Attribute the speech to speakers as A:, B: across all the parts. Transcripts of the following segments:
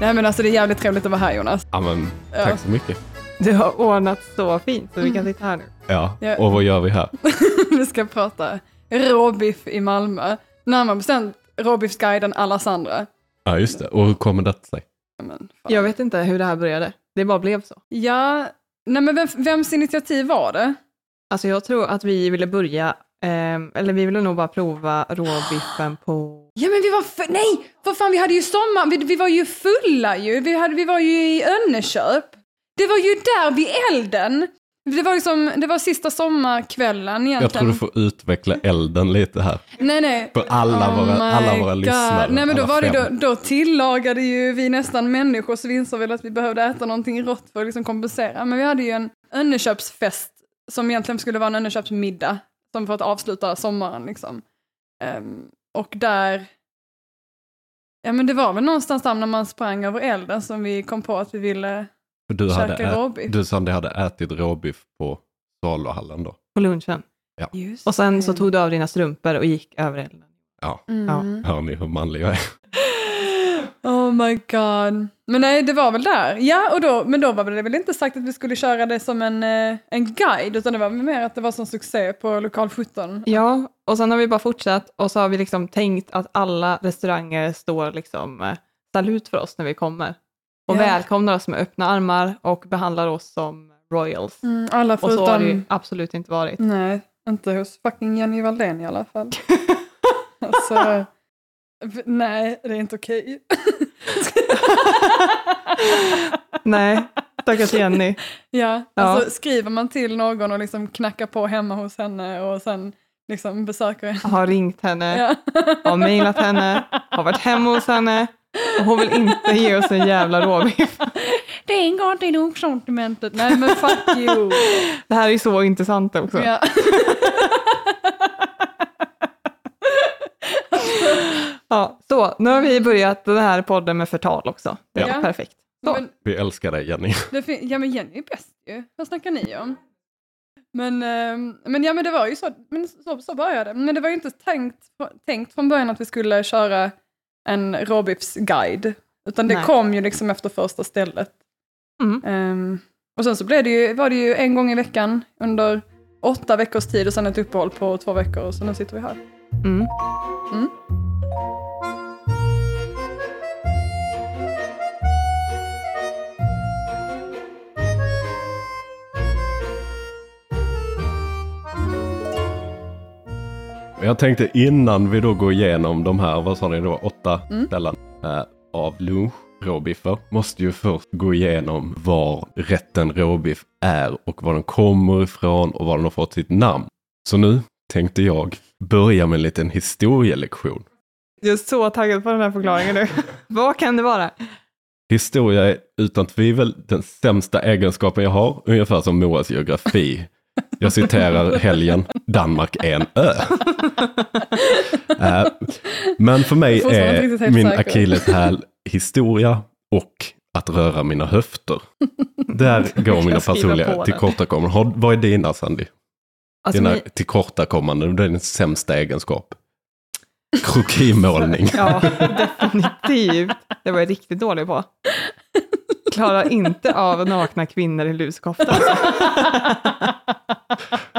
A: Nej men alltså det är jävligt trevligt att vara här Jonas.
B: Ja, men,
A: Ja.
B: tack så mycket.
C: Du har ordnat så fint så vi kan sitta här nu.
B: Ja.
A: Ja.
B: Och vad gör vi här?
A: Vi ska prata råbiff i Malmö. Närmare bestämt råbiffsguiden alla Sandra.
B: Ja, just det. Och hur kommer detta sig?
A: Men, fan.
C: Jag vet inte hur det här började. Det bara blev så.
A: Ja, nej men vem, vems initiativ var det?
C: Alltså jag tror att vi ville börja, ehm, eller vi ville nog bara prova råbiffen på...
A: Ja men vi var, för, nej! Vad fan vi hade ju sommar, vi, vi var ju fulla ju. Vi, hade, vi var ju i Önneköp. Det var ju där vid elden. Det var, liksom, det var sista sommarkvällen egentligen.
B: Jag tror du får utveckla elden lite här.
A: Nej nej,
B: För alla
A: Oh
B: våra,
A: my
B: alla våra
A: God.
B: lyssnare.
A: Nej men då
B: alla
A: var det
B: fem.
A: då, då tillagade ju vi nästan människor så vi insåg väl att vi behövde äta någonting rått för att liksom kompensera. Men vi hade ju en Önneköpsfest som egentligen skulle vara en Önneköpsmiddag som för att avsluta sommaren liksom. Ehm, och där, ja men det var väl någonstans där när man sprang över elden som vi kom på att vi ville,
B: För du, hade
A: käka råbiff.
B: ät, du Sandy hade ätit råbiff på Salohallen då.
C: På lunchen.
A: Just
C: Och sen så tog du av dina strumpor och gick över elden.
B: Ja,
A: Mm.
B: hör ni hur manlig jag är?
A: Oh my god. Men nej, det var väl där. Ja, och då, men då var det väl inte sagt att vi skulle köra det som en, eh, en guide, utan det var mer att det var som succé på lokal 17.
C: Ja, och sen har vi bara fortsatt och så har vi liksom tänkt att alla restauranger står liksom eh, salut för oss när vi kommer. Och
A: Ja.
C: välkomnar oss med öppna armar och behandlar oss som royals.
A: Mm, alla
C: Och så har det ju
A: förutom...
C: absolut inte varit.
A: Nej, inte hos fucking Jenny Valdén i alla fall. alltså, v- nej, det är inte okej.
C: Nej, stackars Jenny.
A: Ja,
C: Ja.
A: alltså skriver man till någon och liksom knackar på hemma hos henne och sen liksom besöker henne.
C: Har ringt henne,
A: Ja.
C: har mejlat henne, har varit hemma hos henne och hon vill inte ge oss en jävla råbiff.
A: Det ingår inte i nogsortimentet. Nej men fuck you.
C: Det här är ju så intressant också.
A: Ja.
C: Ja, så, nu har vi börjat den här podden med förtal också. Det är
A: Ja.
C: perfekt. Så.
A: Men
B: Vi älskar dig Jenny.
A: det fin- ja men Jenny är bäst ju. Vad snackar ni om? Men, ehm, men ja men det var ju så, men så, så började det. Men det var ju inte tänkt, tänkt från början att vi skulle köra en råbiffsguide. Utan det
C: Nej.
A: kom ju liksom efter första stället.
C: Mm.
A: Ehm, och sen så blev det ju, var det ju en gång i veckan under åtta veckors tid och sen ett uppehåll på två veckor och så nu sitter vi här.
C: Mm.
A: Mm.
B: Jag tänkte innan vi då går igenom de här, vad sa ni då, åtta
A: Mm.
B: ställen eh, av lunch, råbiffer, måste ju först gå igenom var rätten råbiff är och var den kommer ifrån och var den har fått sitt namn. Så nu tänkte jag börja med en liten historielektion.
C: Jag är så taggad på den här förklaringen nu. Vad kan det vara?
B: Historia är utan tvivel den sämsta egenskapen jag har, ungefär som Moas geografi. Jag citerar helgen, Danmark är en ö. Eh, Men för mig
A: Jag är fortfarande inte riktigt
B: är
A: helt
B: min
A: säker.
B: akilleshäl historia och att röra mina höfter. Där går
C: kan
B: mina
C: skriva på
B: personliga
C: den.
B: tillkortakommanden. Har- Vad är dina Sandy?
C: Alltså,
B: Dina
C: min-
B: tillkortakommanden, det är din sämsta egenskap. Krokimålning.
C: Ja, definitivt. Det var jag riktigt dålig på. Klarar inte av nakna kvinnor i luskofta. Alltså.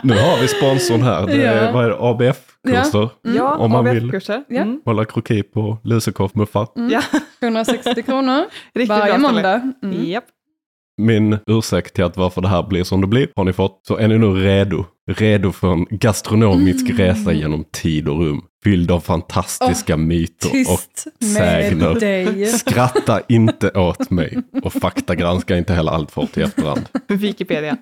B: Nu har vi sponsorn här. Det är,
A: Ja.
B: vad är det, ABF-kurser.
C: Ja,
B: Om man vill.
C: ABF-kurser.
A: Mm. Ja.
C: Mm.
B: Hålla kroki på lusekorvmuffar.
C: Ja,
A: 160 kronor
C: riktigt
A: varje
C: bra
A: måndag. Mm.
C: Mm. Japp.
B: Min ursäkt till att varför det här blir som det blir har ni fått. Så är ni nu redo? Redo för en gastronomisk resa genom tid och rum. Fylld av fantastiska myter och
A: Tyst
B: sägner.
A: med dig.
B: skratta inte åt mig. Och faktagranska inte heller allt fort i efterhand.
C: Wikipedia.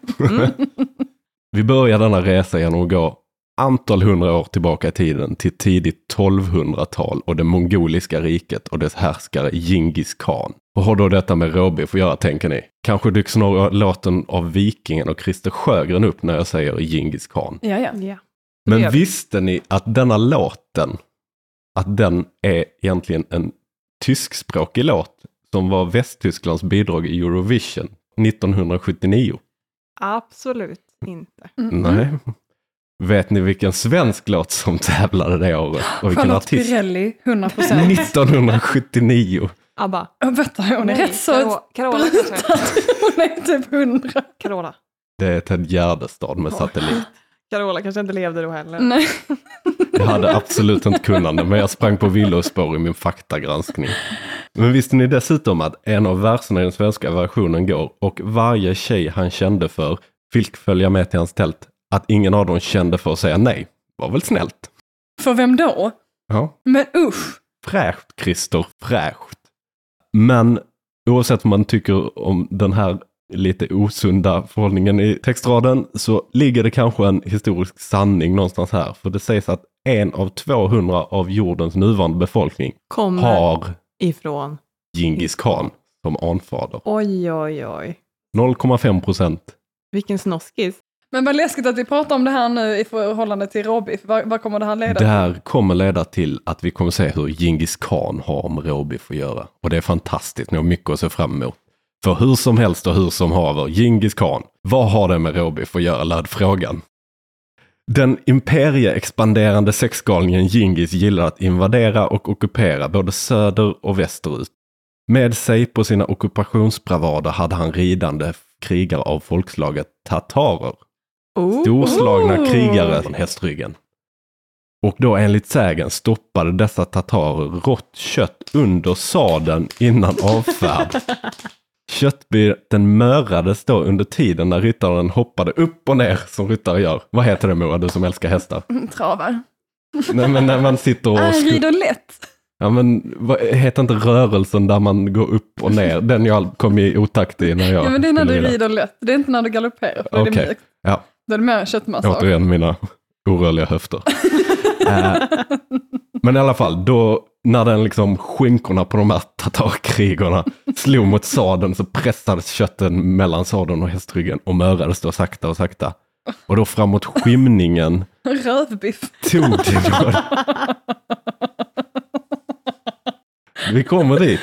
B: Vi börjar denna resa genom att gå antal hundra år tillbaka i tiden till tidigt 1200-tal och det mongoliska riket och dess härskare Djingis khan. Vad har då detta med råbiff att göra tänker ni? Kanske dyks några låten av Vikingen och Christer Sjögren upp när jag säger Djingis khan.
A: Ja, Mm. ja.
C: Ja. Det
B: Men
C: gör vi.
B: visste ni att denna låten, att den är egentligen en tyskspråkig låt som var Västtysklands bidrag i Eurovision 1979?
C: Absolut inte.
A: Mm.
B: Nej. Vet ni vilken svensk låt som tävlade det året? Och vilken
A: Charlotte
B: artist?
A: Pirelli, 100 procent.
B: 1979.
C: ABBA.
A: Vänta, hon är
C: Nej,
A: rätt så
C: Carola- Carola kanske.
A: Hon är typ 100.
C: Carola.
B: Det är Ted Gärdestad med satellit.
C: Carola kanske inte levde då heller.
A: Nej.
B: Jag hade absolut inte kunnande, men jag sprang på villospår i min faktagranskning. Men visste ni dessutom att en av verserna i den svenska versionen går och varje tjej han kände för fick följa med till hans tält att ingen av dem kände för att säga nej. Var väl snällt?
A: För vem då?
B: Ja.
A: Men usch.
B: Fräscht, Christer, fräscht. Men oavsett vad man tycker om den här lite osunda förhållningen i textraden så ligger det kanske en historisk sanning någonstans här. För det sägs att en av 200 av jordens nuvarande befolkning
C: Kommer
B: har
C: ifrån.
B: Djingis khan som anfader.
C: Oj, oj, oj.
B: 0,5 procent.
C: Vilken snoskis.
A: Men vad läskigt att vi pratar om det här nu i förhållande till Robbie. För Vad, vad kommer det här leda
B: Det här kommer leda till att vi kommer se hur Djingis khan har med Råbiff att göra. Och det är fantastiskt, ni har mycket att se fram emot. För hur som helst och hur som haver, Djingis khan, vad har det med Råbiff att göra, löd frågan. Den imperieexpanderande sexgalningen Djingis gillar att invadera och ockupera både söder och västerut. Med sig på sina ockupationsbravader hade han ridande krigare av folkslaget tatarer.
C: Oh.
B: Storslagna
A: Oh.
B: krigare från hästryggen. Och då enligt sägen stoppade dessa tatarer rått kött under sadeln innan avfärd. Köttbiten mörades då under tiden när ryttaren hoppade upp och ner som ryttare gör. Vad heter det Moa, du som älskar hästar?
A: här? Mm, Travar.
B: Nej men när man sitter och...
A: Han
B: skuttar-
A: rider lätt.
B: Ja men vad, heter inte rörelsen där man går upp och ner? Den jag kom i otakt i när jag
A: Ja, men det är när
B: skulle
A: du
B: rida.
A: rider lätt. Det är inte när du galopperar. För då är det
B: Okej.
A: mjukt.
B: Ja.
A: Då är det mer en köttmassage.
B: Återigen mina orörliga höfter. Eh, men i alla fall, då när den liksom skinkorna på de här tatarkrigorna slog mot sadeln så pressades kötten mellan sadeln och hästryggen och mörades då sakta och sakta. Och då framåt skymningen
A: Rövbiff.
B: tog det då... Vi kommer dit.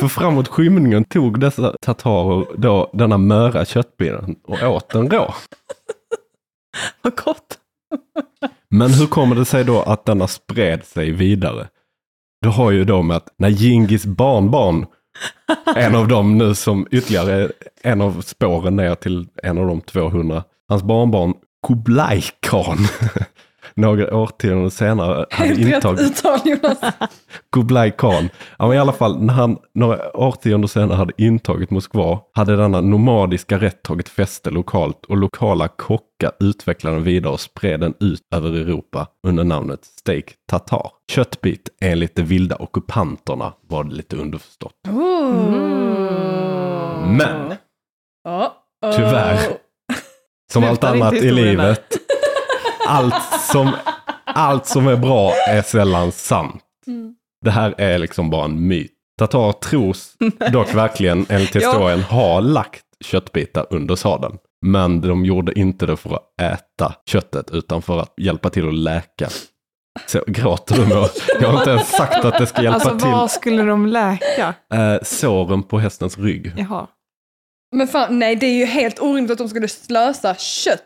B: För framåt skymningen tog dessa tatarer då denna möra köttbiten och åt den rå.
C: Vad gott.
B: Men hur kommer det sig då att denna spred sig vidare? Det har ju då med att när Gingis barnbarn, en av dem nu som ytterligare en av spåren ner till en av de 200, hans barnbarn Kublai Khan, några årtionden senare hade
A: Helt
B: intagit...
A: rätt uttal Jonas.
B: Kublai Khan. Ja, men i alla fall, när han några årtionden senare hade intagit Moskva hade denna nomadiska rätt tagit fäste lokalt och lokala kockar utvecklade den vidare och spred den ut över Europa under namnet steak tatar. Köttbit enligt de vilda ockupanterna var det lite underförstått.
A: Mm.
B: Men
A: Ja. Oh.
B: Tyvärr. som allt
C: Slutar
B: annat
C: inte
B: i
C: historien där.
B: livet, allt som, allt som är bra är sällan sant.
A: Mm.
B: Det här är liksom bara en myt. Tatar tros dock verkligen enligt historien ha lagt köttbitar under sadeln. Men de gjorde inte det för att äta köttet utan för att hjälpa till att läka. Så, gråter du Moa? Jag har inte ens sagt att det ska hjälpa
C: Alltså
B: till.
C: vad skulle de läka?
B: Eh, såren på hästens rygg.
C: Jaha.
A: Men fan, nej det är ju helt orimligt att de skulle slösa kött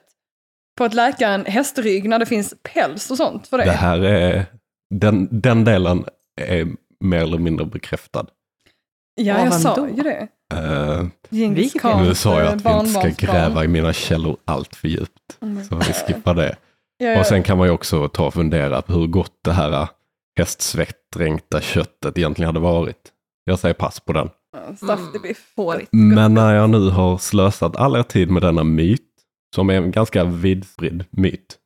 A: på att läka en hästrygg när det finns päls och sånt för det.
B: Det här är, den, den delen är mer eller mindre bekräftad.
A: ja,
C: Ja,
A: jag
C: men
A: sa
C: då?
A: ju det.
B: Eh,
A: Djingis
C: Vilket?
A: Khans,
B: nu sa jag
A: eh,
B: att vi inte ska
A: barnbarnsbarn.
B: gräva i mina källor allt för djupt.
A: Oh my
B: Så vi skippar det.
A: Ja, ja.
B: Och sen kan man ju också ta och fundera på hur gott det här hästsvettdränkta köttet egentligen hade varit. Jag säger pass på den.
A: Saftig biff.
C: Hårigt.
B: Men när jag nu har slösat all er tid med denna myt, som är en ganska vidspridd myt,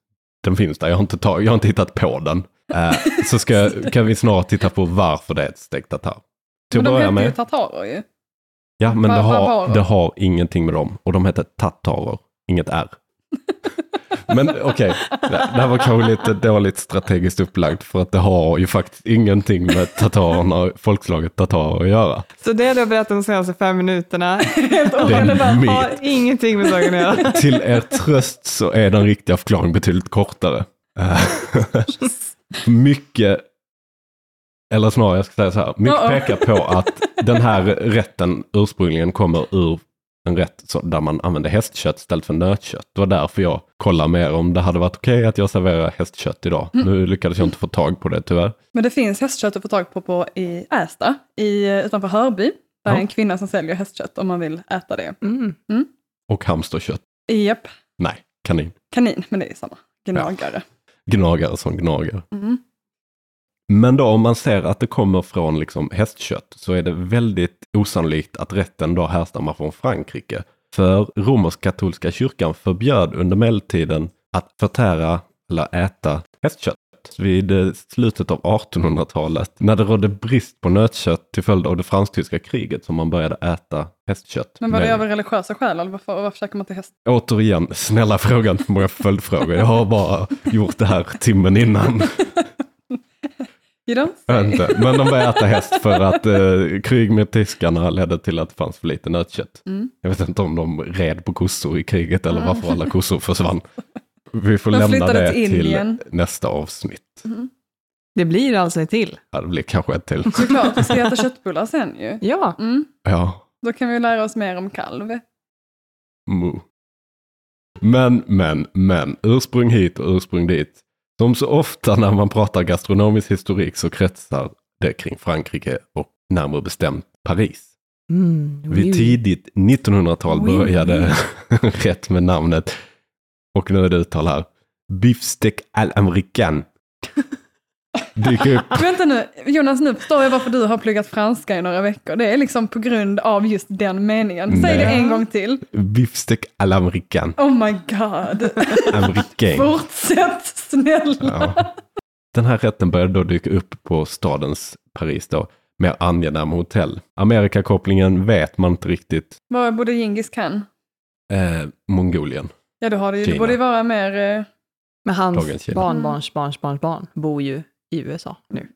B: den finns där, jag har inte, tag- jag har inte hittat på den, eh, så ska, kan vi snart titta på varför det är ett stekt tatar. Till
A: Men
B: att
A: de
B: börja
A: heter ju
B: med,
A: tartarer ju.
B: ja men det har,
A: barbarer.
B: det har ingenting med dem, och de heter tatarer, inget R. Men okej, det det här var kanske lite dåligt strategiskt upplagt för att det har ju faktiskt ingenting med tatarerna, folkslaget tatarer att göra.
C: Så det du har berättat de senaste fem minuterna
A: Helt
B: Det
A: orimligt.
B: är en myt.
C: har ingenting med saken att göra.
B: Till er tröst så är den riktiga förklaringen betydligt kortare. Eh, mycket, eller snarare jag ska säga så här, mycket
A: Uh-oh.
B: pekar på att den här rätten ursprungligen kommer ur en rätt så, där man använde hästkött istället för nötkött. Det var därför jag kollade mer om det hade varit okej att jag serverar hästkött idag. Nu lyckades jag inte få tag på det tyvärr.
A: Men det finns hästkött att få tag på, på i Ästa i, utanför Hörby. Där är
B: Ja.
A: en kvinna som säljer hästkött om man vill äta det.
C: Mm.
B: Och hamsterkött.
A: Japp,
B: Nej, kanin.
A: kanin, men det är samma. Gnagare.
B: Gnagare som gnager.
A: Mm.
B: Men då om man ser att det kommer från liksom hästkött så är det väldigt osannolikt att rätten då härstammar från Frankrike. För romersk-katolska kyrkan förbjöd under medeltiden att förtära eller äta hästkött. Vid eh, slutet av 1800-talet när det rådde brist på nötkött till följd av det fransk-tyska kriget som man började äta hästkött.
A: Men var det
B: med-
A: av religiösa skäl eller varför, varför käkar man till häst?
B: Återigen, snälla frågan för många följdfrågor. Jag har bara gjort det här timmen innan.
A: You don't
B: Jag vet
A: say.
B: inte. Men de började äta häst för att eh, krig med tyskarna ledde till att det fanns för lite nötkött.
A: Mm. Ah.
B: Jag vet inte om de red på kossor i kriget eller varför alla kossor försvann. Vi får
A: De
B: lämna
A: flyttade
B: det
A: till
B: till,
A: Indien.
B: nästa avsnitt.
C: Det blir alltså ett till.
B: Ja, det blir kanske ett till.
A: Såklart, vi ska äta köttbullar sen ju.
C: Ja.
A: Mm.
B: Ja,
A: Då kan vi lära oss mer om kalv.
B: Ah. mo. Men, men, men, ursprung hit och ursprung dit. Som så ofta när man pratar gastronomisk historik så kretsar det kring Frankrike och närmare bestämt Paris.
C: Mm.
B: Vid tidigt 1900-tal
C: Oui,
B: började rätt med namnet. Och nu är det uttal här. Beefsteak al american. Dyker upp.
A: Vänta nu, Jonas, nu förstår jag varför du har pluggat franska i några veckor. Det är liksom på grund av just den meningen. Säg det
B: Nej.
A: en gång till.
B: Beefsteak al american.
A: Oh my god.
B: American.
A: Fortsätt snälla.
B: Ja. Den här rätten började då dyka upp på stadens Paris då. Mer angenäma hotell. Amerikakopplingen vet man inte riktigt.
A: Var bodde Djingis khan?
B: Eh, Mongolien.
A: Ja, du har det ju. Det
B: Kina.
A: borde ju vara mer... eh,
C: Men
B: Dagens
C: hans
B: Kina.
C: barnbarns barnbarns barn bor ju i USA nu.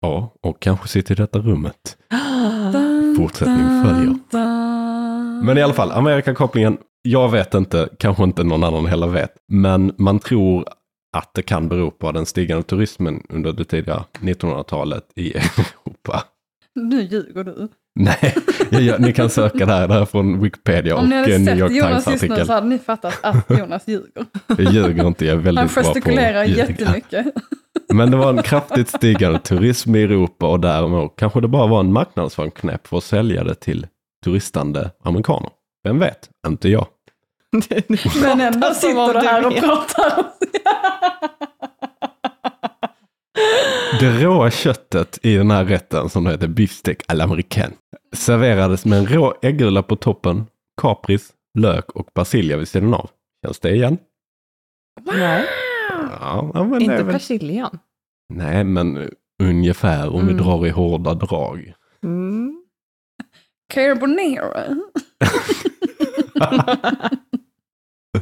B: Ja, och kanske sitter i detta rummet.
A: dun,
B: Fortsättning
A: dun,
B: följer.
A: dun.
B: Men i alla fall, Amerikakopplingen, jag vet inte, kanske inte någon annan heller vet, men man tror att det kan bero på den stigande turismen under det tidiga 1900-talet i Europa.
A: Nu ljuger du.
B: Nej, jag, gör- ni kan söka det här, det här är från Wikipedia och
A: Om ni hade
B: eh, New York
A: sett Jonas just nu
B: Times-artikel.
A: så hade ni fattat att Jonas ljuger.
B: Jag ljuger inte, jag är
A: Han
B: väldigt bra på att
A: gestikulerar
B: ljuga.
A: jättemycket.
B: Men det var en kraftigt stigande turism i Europa och därmed kanske det bara var en marknadsföringsknäpp för att sälja det till turistande amerikaner. Vem vet? Inte jag.
A: Men ändå
C: som
A: sitter
C: om
A: du
C: du
A: här och
C: vet.
A: pratar. om-
B: Det råa köttet i den här rätten som då heter beefsteak à l'américaine serverades med en rå äggula på toppen, kapris, lök och basilja vid sidan av. Känns det igen?
C: Nej,
B: Ja, ja, men det är
C: inte
B: väl-
C: persiljan.
B: Nej, men ungefär om vi
C: Mm.
B: drar i hårda drag.
C: Mm.
A: Carbonero.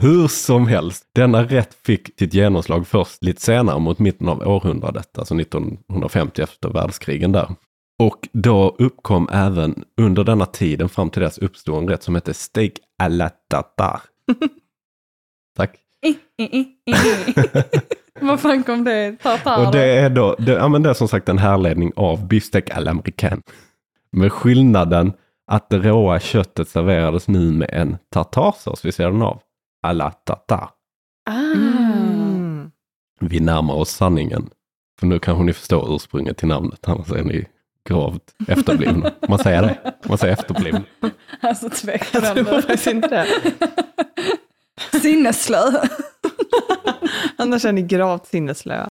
B: Hur som helst, denna rätt fick sitt genomslag först lite senare mot mitten av århundradet, alltså 1950 efter världskrigen där. Och då uppkom även under denna tiden fram till dess uppstod en rätt som hette steak à la tatar. Tack.
A: I, i, i, i. Vad fan kom det? Tartar?
B: Och det är då, det, ja men det är som sagt en härledning av beefsteak à l'américaine. Med skillnaden att det råa köttet serverades nu med en tartarsås vid sidan av. À la tatar.
A: Ah.
C: Mm.
B: vi närmar oss sanningen. För nu kanske ni förstår ursprunget till namnet, annars är ni gravt efterblivna. Man säger det, man säger efterbliven.
A: Alltså
C: Jag tror
A: tvekande.
C: faktiskt inte det.
A: Sinneslö.
C: Annars är ni gravt sinneslöa.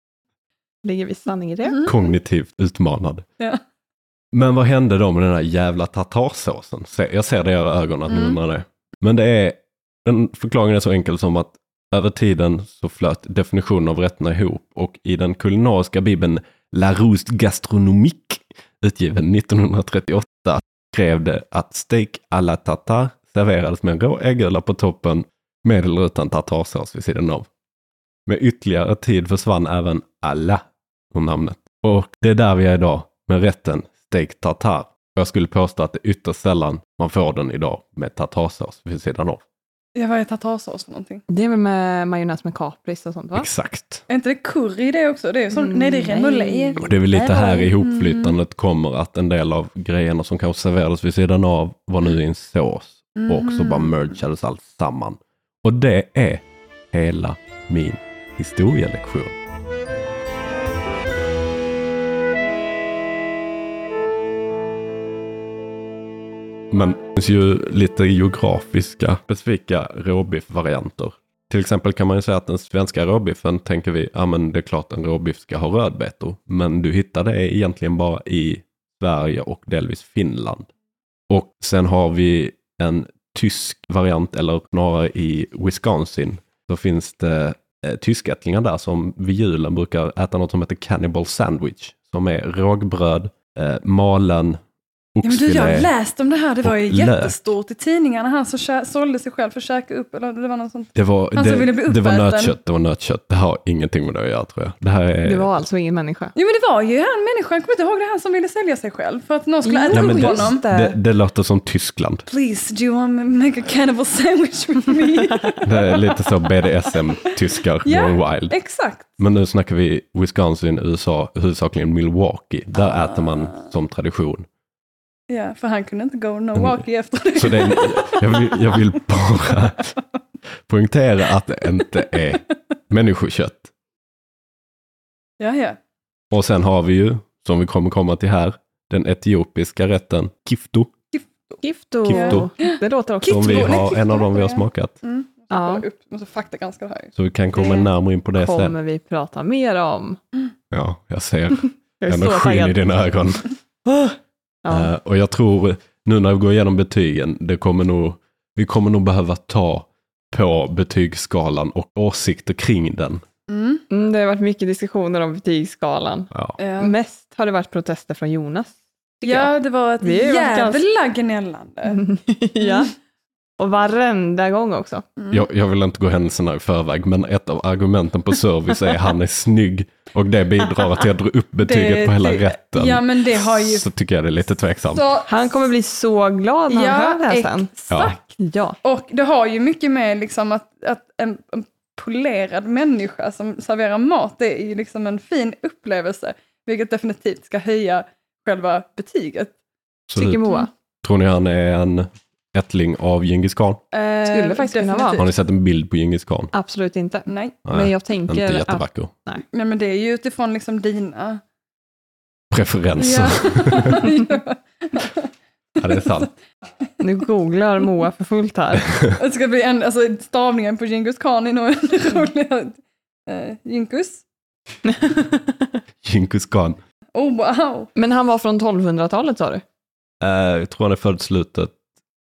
C: Ligger vi sanning i det?
B: Kognitivt utmanad.
A: Mm. Ja.
B: Men vad hände då med den här jävla tartarsåsen? Se- Jag ser det i era ögon att ni
A: Mm.
B: undrar det. Men det är, den förklaringen är så enkel som att över tiden så flöt definitionen av rätterna ihop och i den kulinariska bibeln La Rousse Gastronomique utgiven 1938 skrev det att steak à la tartare serverades med en rå äggula på toppen med eller utan tartarsås vid sidan av. Med ytterligare tid försvann även alla ur namnet. Och det är där vi är idag med rätten steak tartar. Och Jag skulle påstå att det är ytterst sällan man får den idag med tartarsås vid sidan av.
A: Ja, vad är tartarsås för någonting?
C: Det är väl med majonnäs med kapris och sånt va?
B: Exakt.
A: Är inte det curry det också? Det är sån,
C: Mm,
A: nej, det är
C: nej.
A: remoulade.
B: Och det är väl lite här
A: Mm.
B: ihopflyttandet kommer att en del av grejerna som kanske serverades vid sidan av var nu i en sås och så
C: Mm.
B: bara mergades allt samman. Och det är hela min historielektion. Men det finns ju lite geografiska specifika råbiffvarianter. Till exempel kan man ju säga att den svenska råbiffen tänker vi, ja men det är klart en råbiff ska ha rödbetor. Men du hittar det egentligen bara i Sverige och delvis Finland. Och sen har vi en tysk variant, eller snarare i Wisconsin, så finns det eh, tyskättlingar där som vid julen brukar äta något som heter cannibal sandwich, som är rågbröd, eh, malen
A: Ja, men du, jag har
B: oxfilé.
A: läst om det här, det var ju
B: och lök.
A: jättestort i tidningarna. Han så kä- sålde sig själv för att käka upp, eller det var något sånt.
B: Det var,
A: Han som ville Alltså, bli
B: det, det var
A: uppäten.
B: nötkött, det var nötkött. Det har ingenting med det att göra tror jag. Det här är...
C: Det var alltså ingen människa.
A: Jo men det var ju han människan, jag kommer inte ihåg det, han som ville sälja sig själv för att någon skulle
C: Jo,
A: äta
B: Nej,
A: upp
B: men det,
A: honom.
B: det, det låter som Tyskland.
A: Please, do you want me to make a cannibal sandwich with me?
B: Det är lite så BDSM-tyskar,
A: Ja.
B: yeah. wild.
A: Exakt.
B: Men nu snackar vi Wisconsin, USA, huvudsakligen Milwaukee. Där äter man som tradition.
A: Ja, för han kunde inte go no walkie efter det.
B: Mm. Så det är, jag, vill, jag vill bara poängtera att det inte är människokött.
A: Ja, ja.
B: Och sen har vi ju, som vi kommer komma till här, den etiopiska rätten kifto.
C: Gifto.
B: Gifto.
C: Det låter också...
A: Gifto.
B: Som vi
A: Kifto, nej,
B: har, en
A: kifto
B: av dem vi har
A: heter det.
B: smakat.
A: Mm.
C: Ja.
A: Kolla upp, måste fakta ganska här.
B: Så vi kan komma
C: Det
B: närmare in på det sen.
C: kommer vi prata mer om.
B: Ja, jag ser
C: Jag är så
B: energin i
C: taggad.
B: dina ögon.
C: Ja.
B: Eh, och jag tror, nu när vi går igenom betygen, det kommer nog, vi kommer nog behöva ta på betygsskalan och åsikter kring den.
A: Mm.
C: Mm, det har varit mycket diskussioner om betygsskalan.
B: Ja.
A: Ja.
C: Mest har det varit protester från Jonas.
B: Mm.
C: tycker
A: Ehm, ja, det var ett
C: Vi är ju
A: jävla gnällande.
C: ja. Och varenda gång också.
A: Mm.
B: Jag, jag vill inte gå händelserna i förväg, men ett av argumenten på service är han är snygg och det bidrar till att dra upp betyget på hela
A: det-
B: rätten.
A: Ja, men det har ju...
B: Så tycker jag det är lite tveksamt.
A: Så,
C: Han kommer bli så glad när han hör det här sen.
A: exakt.
C: Ja.
A: Och det har ju mycket med liksom att, att en, en polerad människa som serverar mat, det är ju liksom en fin upplevelse, vilket definitivt ska höja själva betyget.
B: Absolut.
C: Tycker Moa.
B: Tror ni han är en ättling av Djingis khan?
A: Eh,
C: Skulle det faktiskt kunna vara.
A: definitivt.
B: Har ni sett en bild på Djingis khan?
C: Absolut inte.
A: Nej.
C: Men
B: Nej,
C: jag
B: inte
C: tänker att
B: jättevacker.
A: Nej, men det är ju utifrån liksom dina...
B: Preferenser. Ja.
A: Ja.
B: det är sant.
C: nu googlar Moa för fullt här.
A: det ska bli en, alltså, stavningen på Djingis khan är nog en
C: Mm.
A: rolig... Uh, Djinkus?
B: Djingis khan.
A: Oh wow!
C: Men han var från 1200-talet sa du?
B: Eh, jag tror han är född slutet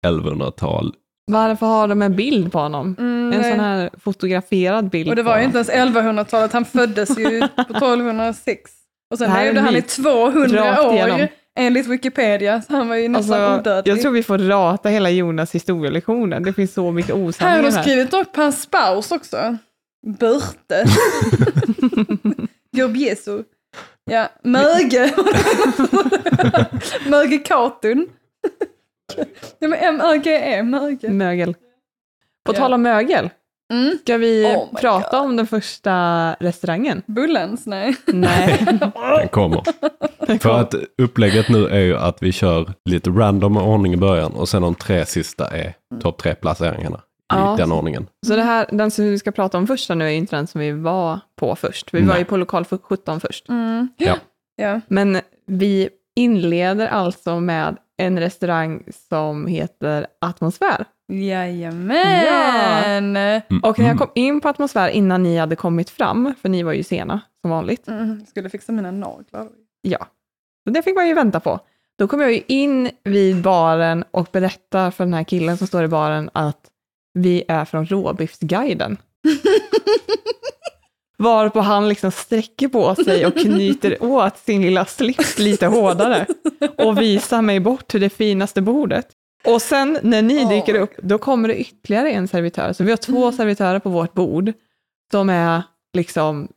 B: 1100-tal.
C: Varför har de en bild på honom?
A: Mm,
C: En
A: nej.
C: sån här fotograferad bild.
A: Och det
C: på
A: var ju
C: honom.
A: inte ens 1100-talet, han föddes ju på 1206. Och sen
C: Det här är
A: levde han i
C: myt.
A: 200
C: Rakt
A: år
C: igenom.
A: enligt Wikipedia, så han var ju nästan
C: Alltså,
A: odödlig.
C: jag tror vi får rata hela Jonas historielektionen. Det finns så mycket
A: Här har
C: osanningar
A: de
C: här.
A: skrivit upp hans spouse också. Burte. Gobjesu. Ja, Möge. Möge Katun. Ja, men M-Ö-G-E, E, Möge.
C: Mögel. På
A: Ja.
C: tal om mögel,
A: Mm.
C: ska vi
A: Oh my
C: prata om den första restaurangen?
A: Bullens, nej.
C: Nej.
B: Den kommer. För att upplägget nu är ju att vi kör lite random ordning i början och sen de tre sista är topp tre placeringarna
C: Mm. Ja.
B: i den ordningen.
C: Så det här, den som vi ska prata om först här nu är ju inte den som vi var på först. Vi var
B: Nej.
C: ju på lokal 17 först.
A: Mm.
B: Ja.
A: Ja.
C: Men vi inleder alltså med en restaurang som heter Atmosfär.
A: Jajamän!
B: Mm,
C: Och när jag
B: mm.
C: kom in på Atmosfär innan ni hade kommit fram, för ni var ju sena som vanligt,
A: Mm, jag skulle fixa mina naglar.
C: ja, så det fick man ju vänta på. Då kom jag ju in vid baren och berättar för den här killen som står i baren att vi är från Råbiffsguiden. Varpå han liksom sträcker på sig och knyter åt sin lilla slips lite hårdare och visar mig bort till det finaste bordet. Och sen när ni
A: Oh
C: dyker
A: my
C: upp, då kommer det ytterligare en servitör. Så vi har två servitörer på vårt bord som är liksom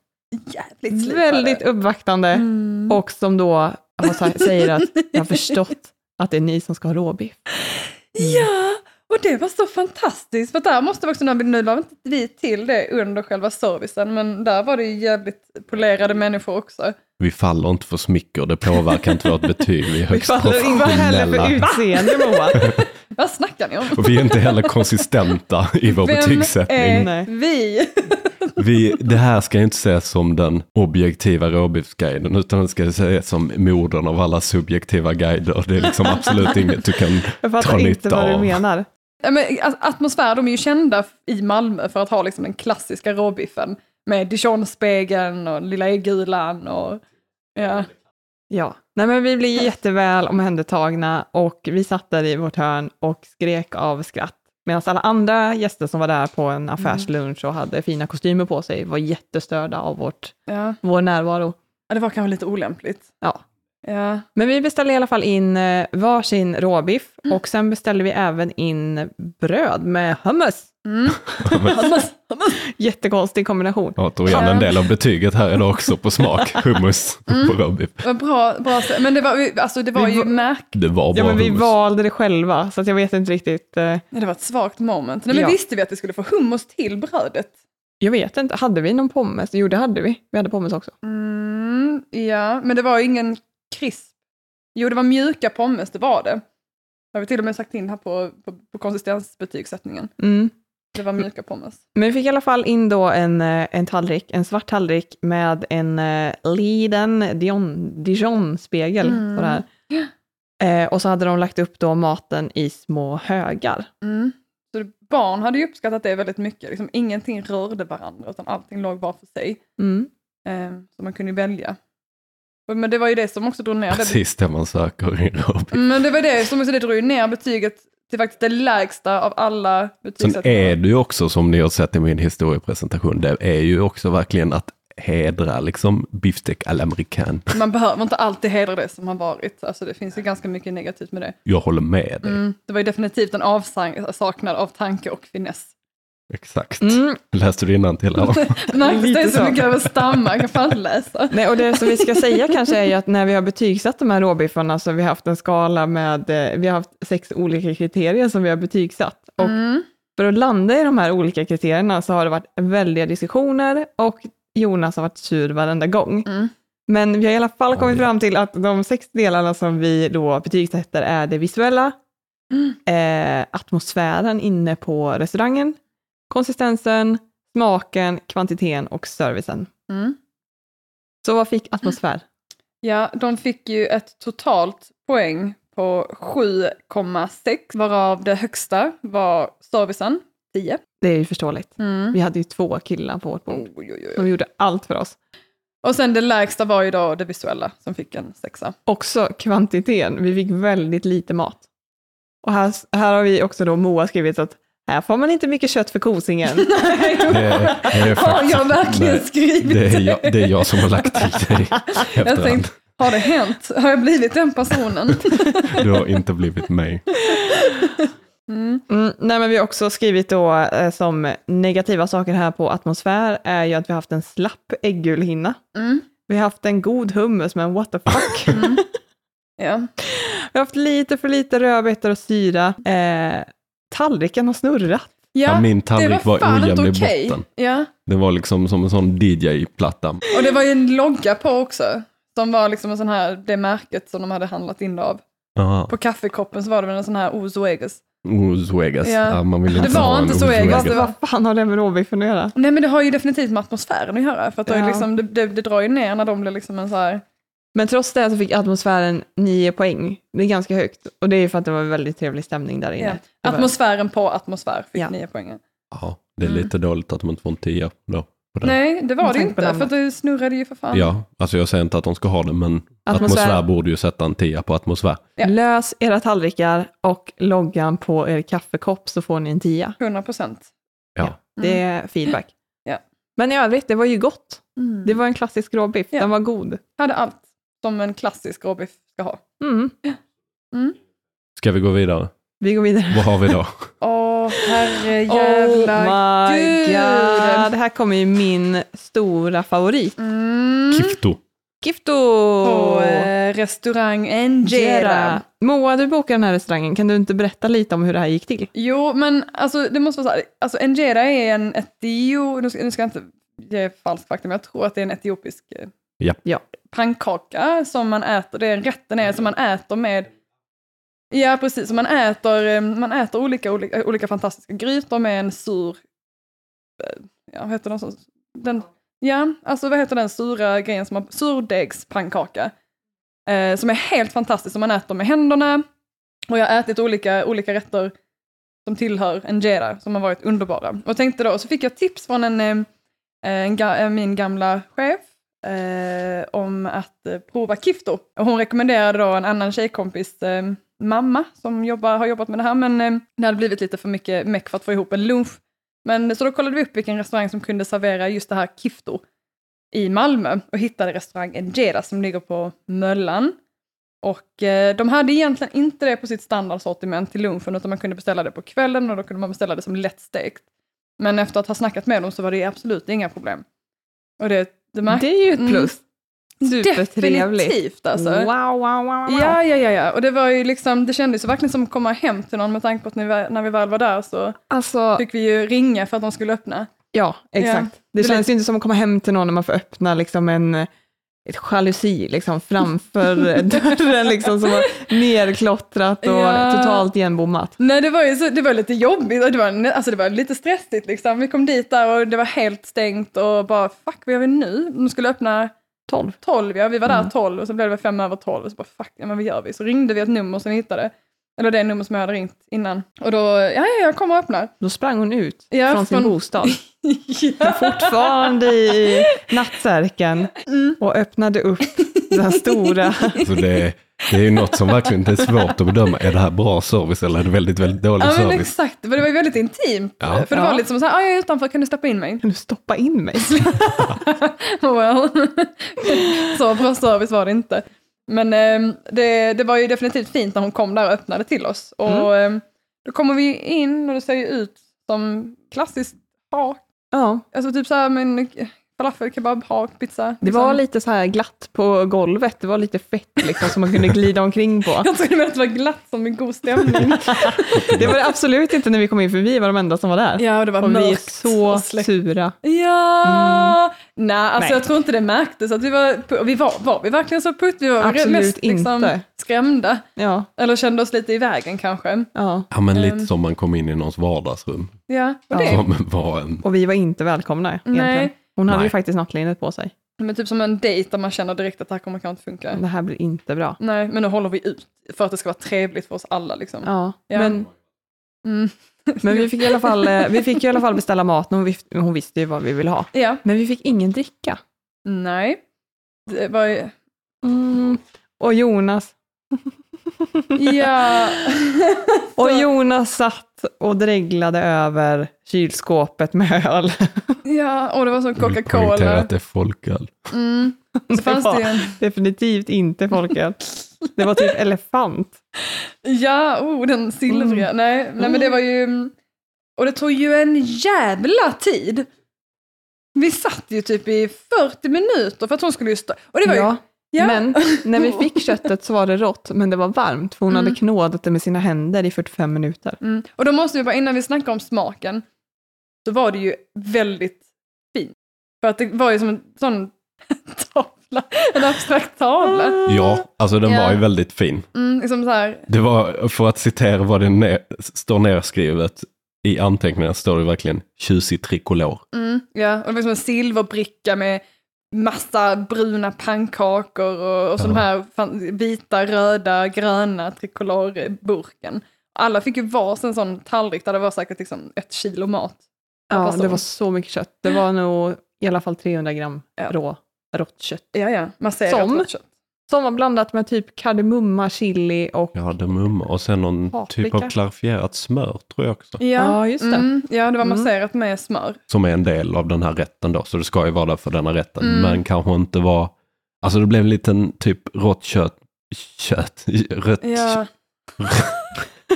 A: Jävligt slipade.
C: väldigt uppvaktande
A: Mm.
C: och som då har sa- säger att jag har förstått att det är ni som ska ha råbiff.
A: Ja! Och det var så fantastiskt, för där måste vi också, nu la inte vi till det under själva servicen, men där var det ju jävligt polerade människor också.
B: Vi faller inte för smicker, det påverkar inte vårt betyg. Vi är
C: Vi
B: högst
C: faller inte heller för
B: professionella.
C: utseende Moa.
A: Vad snackar ni om?
B: Och vi är inte heller konsistenta i vår betygssättning.
A: är
C: Nej.
A: vi?
B: Vi, det här ska ju inte ses som den objektiva råbiffsguiden, utan det ska ses som modern av alla subjektiva guider. Det är liksom absolut inget du kan
C: Jag
B: Ta
C: fattar
B: nytta
C: inte vad du
B: av.
C: menar.
A: Ja, men At- Atmosfär, de är ju kända i Malmö för att ha liksom den klassiska råbiffen med Dijonspegeln och lilla äggulan och ja.
C: Ja, nej men vi blev jätteväl omhändertagna och vi satt där i vårt hörn och skrek av skratt. Medan alla andra gäster som var där på en affärslunch och hade fina kostymer på sig var jättestörda av vårt,
A: ja.
C: vår närvaro.
A: Ja, det var kanske lite olämpligt.
C: Ja.
A: Ja.
C: Men vi beställde i alla fall in eh, varsin råbiff och sen beställde vi även in bröd med hummus.
A: Mm.
C: Jättekonstig kombination.
B: Återigen en del av betyget här idag också på smak, hummus på råbiff.
A: Vad Bra, bra, sätt. men det var, ju- alltså, det var
C: Vi
A: ju
C: var-
A: märk...
B: Det var bra
C: Ja, men vi
B: hummus.
C: valde det själva, så att jag vet inte riktigt. eh,
A: Nej, Det var ett svagt moment. Nej, men
C: Ja.
A: visste vi att vi skulle få hummus till brödet?
C: Jag vet inte, hade vi någon pommes? Jo, det hade vi. Vi hade pommes också.
A: Mm, ja, men det var ju ingen krisp. Jo, det var mjuka pommes, det var det. Det har vi till och med sagt in här på, på, på konsistensbetygssättningen.
C: Mm.
A: Det var mjuka pommes.
C: Men vi fick i alla fall in då en, eh, en tallrik, en svart tallrik med en eh, liten Dion, Dijon-spegel.
A: Mm.
C: sådär. Eh, och så hade de lagt upp då maten i små högar.
A: Mm. Så barn hade ju uppskattat det väldigt mycket. Liksom, ingenting rörde varandra, utan allting låg var för sig.
C: Mm.
A: Eh, så man kunde ju välja. Och- Men det var ju det som också drog ner det. Mm,
B: Precis det man söker i en råbiff.
A: Men det var det som också, det drog ju ner betyget till faktiskt det lägsta av alla
B: Sen
A: betygssättningar.
B: är det ju också, som ni har sett i min historiepresentation, det är ju också verkligen att hedra liksom beefsteak à l'américaine.
A: Man behöver inte alltid hedra det som har varit. Alltså, det finns ju ganska mycket negativt med det.
B: Jag håller med dig,
A: Mm, det var ju definitivt en avsaknad av tanke och finess.
B: exakt.
C: Mm.
B: Läste du innantill? här?
A: Märktes
C: Lite
A: det så
C: så.
A: mycket över stammar, jag kan fan inte läsa.
C: Nej, och det som vi ska säga kanske är ju att när vi har betygsatt de här råbiffarna så har vi haft en skala med, eh, vi har haft sex olika kriterier som vi har betygsatt. Och
A: Mm.
C: för att landa i de här olika kriterierna så har det varit väldiga diskussioner och Jonas har varit sur varenda gång.
A: Mm.
C: Men vi har i alla fall kommit
B: Oj.
C: fram till att de sex delarna som vi då betygsätter är det visuella, eh, atmosfären inne på restaurangen, konsistensen, smaken, kvantiteten och servicen.
A: Mm.
C: Så vad fick atmosfär?
A: Ja, de fick ju ett totalt poäng på 7,6 varav det högsta var servicen, 10.
C: Det är ju förståeligt.
A: Mm.
C: Vi hade ju två killar på vårt bord.
A: Oj, oj, oj.
C: De gjorde allt för oss.
A: Och sen det lägsta var ju då det visuella som fick en sexa.
C: Också kvantiteten. Vi fick väldigt lite mat. Och här, här har vi också då Moa skrivit att här får man inte mycket kött för kosingen.
B: Det är- det
A: Har
B: är faktiskt-
A: jag verkligen
B: Nej,
A: skrivit
B: det? Är jag, det är jag som har lagt till dig
A: Jag
B: efterhand.
A: tänkte, har det hänt? Har jag blivit den personen?
B: Du har inte blivit mig.
A: Mm.
C: Mm, nej, men vi har också skrivit då eh, som negativa saker här på atmosfär är ju att vi har haft en slapp äggulhinna.
A: Mm.
C: Vi har haft en god hummus, men what the fuck.
A: Mm. Ja.
C: vi har haft lite för lite rödbetor och syra. Eh, tallriken har snurrat.
B: Ja,
A: ja,
B: min tallrik var, ojämn i
A: okej.
B: botten.
A: Ja.
B: Det var liksom som en sån DJ-platta.
A: Och det var ju en logga på också. Som var liksom en sån här, det märket som de hade handlat in det av.
B: Aha.
A: På kaffekoppen så var det väl en sån här Ozoegas.
B: Ozuegas.
A: Ja.
B: Ja. man vill
A: Det
B: inte
A: var
B: ha en
A: inte så ägg,
B: Ozuegas.
A: alltså, det var-
C: Vad fan har det med råbiffen att göra?
A: Nej men det har ju definitivt med atmosfären att göra. För att då är det,
C: Ja.
A: liksom, det, det, det drar ju ner när de blir liksom en så här...
C: Men trots det så fick atmosfären nio poäng. Det är ganska högt. Och det är ju för att det var väldigt trevlig stämning där inne.
A: Ja.
C: Det var-
A: Atmosfären på atmosfär fick
C: Ja.
A: nio poäng.
B: Ja, det är
A: Mm.
B: lite dåligt att de inte får en tia då. På den.
A: Nej, det var
C: Jag
A: det ju
C: tänkte på
A: inte.
C: det
A: För att det snurrade ju för fan.
B: Ja, alltså jag säger inte att de ska ha det, men atmosfär,
C: Atmosfär.
B: borde ju sätta en tia på atmosfär.
A: Ja.
C: Lös era tallrikar och loggan på er kaffekopp så får ni en tia.
A: 100 procent.
B: Ja.
C: Det är feedback.
A: Ja.
C: Men i övrigt, det var ju gott.
A: Mm.
C: Det var en klassisk råbiff.
A: Ja.
C: Den var god.
A: Hade allt som en klassisk råbiff ska ha.
C: Mm.
B: Ska vi gå vidare?
C: Vi går vidare.
B: Vad har vi då?
A: Mm. Åh, herrejävlar.
C: oh my
A: gud.
C: god! Det här kommer ju min stora favorit.
A: Mm.
B: Kifto.
C: Gifto!
A: På eh, restaurang Enjera.
C: Moa, du bokade den här restaurangen. Kan du inte berätta lite om hur det här gick till?
A: Jo, men alltså det måste vara så här. Alltså Enjera är en etio... Nu ska, nu ska jag inte ge falsk fakta, men jag tror att det är en etiopisk eh,
B: Ja.
C: Ja.
A: pannkaka som man äter. Det är rätten är som man äter med... Ja, precis. som Man äter, eh, man äter olika, olika, olika fantastiska grytor med en sur... eh, Ja, vad heter den? som- den ja, alltså vad heter den sura grejen som man... Surdegspannkaka. Eh, som är helt fantastisk, som man äter med händerna. Och jag har ätit olika, olika rätter som tillhör en jedi som har varit underbara. Och tänkte då, så fick jag tips från en, eh, en ga, eh, min gamla chef eh, om att eh, prova kifto. Och hon rekommenderade då en annan tjejkompis eh, mamma som jobbar, har jobbat med det här men eh, det hade blivit lite för mycket meck för att få ihop en lunch. Men så då kollade vi upp vilken restaurang som kunde servera just det här kifto i Malmö och hittade restaurang Enjeda som ligger på Möllan. Och eh, de hade egentligen inte det på sitt standardsortiment till lunchen utan man kunde beställa det på kvällen och då kunde man beställa det som lättstekt. Men efter att ha snackat med dem så var det absolut inga problem. Och det, det märkte
C: Det är ju ett plus. Supertrevligt.
A: Definitivt alltså.
C: Wow, wow, wow, wow.
A: Ja, ja, ja, ja. Och det var ju liksom, det kändes ju verkligen som att komma hem till någon med tanke på att när vi, när vi väl var där så
C: Alltså,
A: fick vi ju ringa för att de skulle öppna.
C: ja, exakt. Det
A: Det
C: känns ju inte som att komma hem till någon när man får öppna liksom en ett jalusi liksom framför dörren liksom som var nerklottrat och
A: Ja.
C: totalt igenbommat.
A: Nej, det var ju så, det var lite jobbigt och det var, alltså, det var lite stressigt liksom. Vi kom dit där och det var helt stängt och bara fuck, vad gör vi nu? De skulle öppna
C: 12.
A: 12, ja, vi var där
C: Mm.
A: 12 och så blev det fem över 12 och så bara fuck, ja, men vad gör vi? Så ringde vi ett nummer som vi hittade. Eller det nummer som jag hade ringt innan. Och då, ja, ja, jag kommer och öppnar.
C: Då sprang hon ut
A: Ja,
C: från sin
A: från-
C: bostad, fortfarande i nattsärken och öppnade upp den stora
B: Så Alltså det, det är ju något som verkligen inte är svårt att bedöma. Är det här bra service eller är det väldigt, väldigt dålig
A: Ja men
B: service?
A: exakt, men det var ju väldigt intimt.
B: Ja.
A: För det var
C: Ja.
A: lite som så här, ah, jag är utanför, kan du släppa in mig?
C: Kan du stoppa in mig?
A: Well. så bra service var det inte. Men eh, det, det var ju definitivt fint när hon kom där och öppnade till oss. Och eh, då kommer vi in och det ser ju ut som klassiskt hak.
C: Ja,
A: Alltså typ så här med en falafel, kebab, hak, pizza. liksom.
C: det var lite så här glatt på golvet, det var lite fett liksom som man kunde glida omkring på.
A: Jag trodde mer att det var glatt som en god stämning.
C: Det var det absolut inte när vi kom in, för vi var de enda som var där.
A: ja, och det var
C: och vi gick
A: mörkt
C: så
A: och släckt.
C: sura.
A: Ja! Nej, alltså
C: Nej.
A: jag tror inte det märktes att vi var, vi var, var vi verkligen så putt? Vi var
C: Absolut
A: mest liksom,
C: inte.
A: skrämda.
C: Ja,
A: Eller kände oss lite i vägen kanske.
C: ja.
B: Ja, men lite
A: Ehm. Eh.
B: som man kom in i någons vardagsrum.
A: Ja, och det.
B: Som var en...
C: Och vi var inte välkomna egentligen.
A: Nej.
C: Hon hade
B: Nej.
C: ju faktiskt nattlinnet på sig.
A: Men typ som en dejt där man känner direkt att det här kommer kanske inte funka.
C: Det här blir inte bra.
A: Nej, men nu håller vi ut för att det ska vara trevligt för oss alla liksom.
C: Ja,
A: Ja.
C: Men,
A: Mm.
C: men vi, fick i alla fall, eh, vi fick ju i alla fall beställa mat, hon, vis- hon visste ju vad vi ville ha.
A: Ja,
C: Men vi fick ingen dricka.
A: nej. Det var ju...
C: Mm. Och Jonas
A: Ja.
C: Och
A: Så-
C: Jonas satt och dreglade över kylskåpet med öl.
A: ja, och det var som
B: Jag vill poängtera
A: Coca-Cola.
B: att det är folköl.
A: Mm. Så fanns det
C: var
A: ju en...
C: definitivt inte folköl. Det var typ elefant.
A: Ja, oh, den silvriga. Nej, nej, men det var ju... Och det tog ju en jävla tid. Vi satt ju typ i 40 minuter för att hon skulle ju stå... Och det var ju...
C: Ja,
A: Ja.
C: Men när vi fick köttet så var det rått, men det var varmt, för hon
A: Mm.
C: hade knådat det med sina händer i 45 minuter.
A: Mm. Och då måste vi bara, innan vi snackar om smaken, så var det ju väldigt fint. För att det var ju som en sån tavla, en abstrakt tavla.
B: Ja, alltså den
A: Ja.
B: var ju väldigt fin.
A: Mm, liksom så här,
B: Det var, för att citera vad det ne- står nerskrivet i anteckningarna, står det verkligen tjusig tricolor.
A: mm, ja. Och det var som en silverbricka med massa bruna pannkakor och, och så
B: Ja.
A: de här fan, vita, röda, gröna tricolorburken. Alla fick ju varsin sån tallrik där det var säkert liksom ett kilo mat.
C: Ja,
A: person.
C: det var så mycket kött. Det var nog i alla fall 300 gram
A: Ja.
C: rå rått kött.
A: Ja, ja. Masserat
C: Som?
A: rött kött.
C: Som var blandat med typ kardemumma, chili och...
B: Ja, det mumma. Och sen någon typ av
C: Paprika.
B: klarifierat smör, tror jag också.
C: Ja, just det.
A: Mm, ja, det var
C: Mm.
A: masserat med smör.
B: Som är en del av den här rätten då, så det ska ju vara där för denna rätten.
A: Mm.
B: Men kanske inte var... Alltså det blev en liten typ rått kött... Kött? Rött,
A: Ja.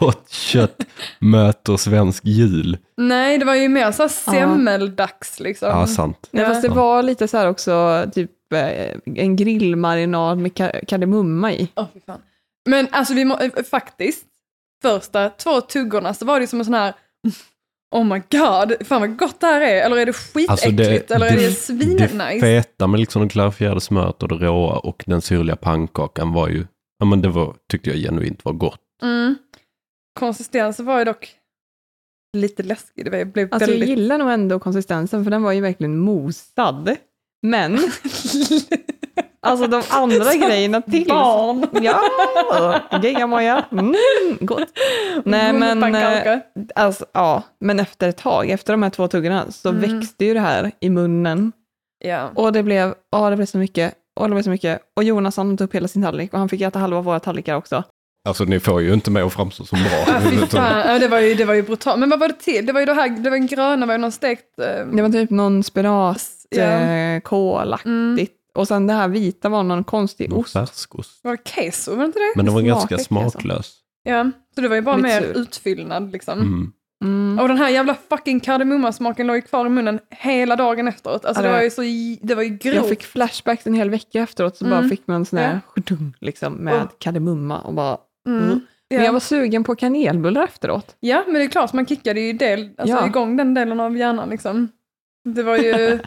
B: rått kött möter svensk jul.
A: Nej, det var ju mer så här semmeldags liksom.
B: Ja, sant.
C: Nej,
A: Ja.
C: fast det var lite så här också, typ upp eh, en grillmarinad med ka- kardemumma i.
A: Åh, fy fan. Men alltså vi må, eh, faktiskt, första två tuggorna så var det som en sån här Oh my god, fan vad gott det här är. Eller är det
B: Alltså
A: skitäckligt?
B: det-
A: eller är
B: det-
A: det
B: Det
A: svinnice?
B: feta med liksom det klärfjärde smöret och det råa och den syrliga pannkakan var ju, ja men det var, tyckte jag genuint var gott.
A: Mm. Konsistensen var ju dock lite läskig. Det var- blev
C: Alltså jag
A: väldigt...
C: gillar nog ändå konsistensen för den var ju verkligen mosad. Men alltså de andra
A: Som
C: grejerna till.
A: Barn!
C: Ja, geggamoja. Mm, gott. Nej men, eh,
A: Pannkaka.
C: alltså, ja, men efter ett tag, efter de här två tuggorna så
A: Mm.
C: växte ju det här i munnen.
A: Ja.
C: Och det blev, ja det blev så mycket, och det blev så mycket. Och Jonas han tog upp hela sin tallrik och han fick äta halva våra tallrikar också.
B: Alltså ni får ju inte mig att framstå som bra.
A: Ja, fy fan. Ja, det, var ju, det var ju brutalt. Men vad var det till? Det var ju det här, det var en gröna, var ju någon stekt... eh,
C: Det var typ någon spirat,
A: Ja.
C: eh, kolaktigt.
A: Mm.
C: Och sen det här vita var någon konstig
B: Någon
C: ost.
B: färskost.
A: Var det queso? Var det inte det?
B: Men den var ganska
C: Smakigt, alltså.
B: smaklös.
A: Ja. Så det var ju bara
C: Lite
A: mer
C: sur.
A: utfyllnad liksom.
B: Mm.
C: Mm.
A: Och den här jävla fucking kardemummasmaken låg ju kvar i munnen hela dagen efteråt. Alltså
C: Ja, det-
A: det var ju så, j- det var ju
C: Jag
A: grovt.
C: fick flashbacks en hel vecka efteråt så bara
A: Mm.
C: fick man sån här skjudung, liksom, med
A: Och-
C: kardemumma och bara...
A: Mm.
C: Mm. Men
A: Ja.
C: jag var sugen på kanelbullar efteråt.
A: ja, men det är klart, man kickade ju del, alltså
C: Ja.
A: igång den delen av hjärnan liksom. Det var ju,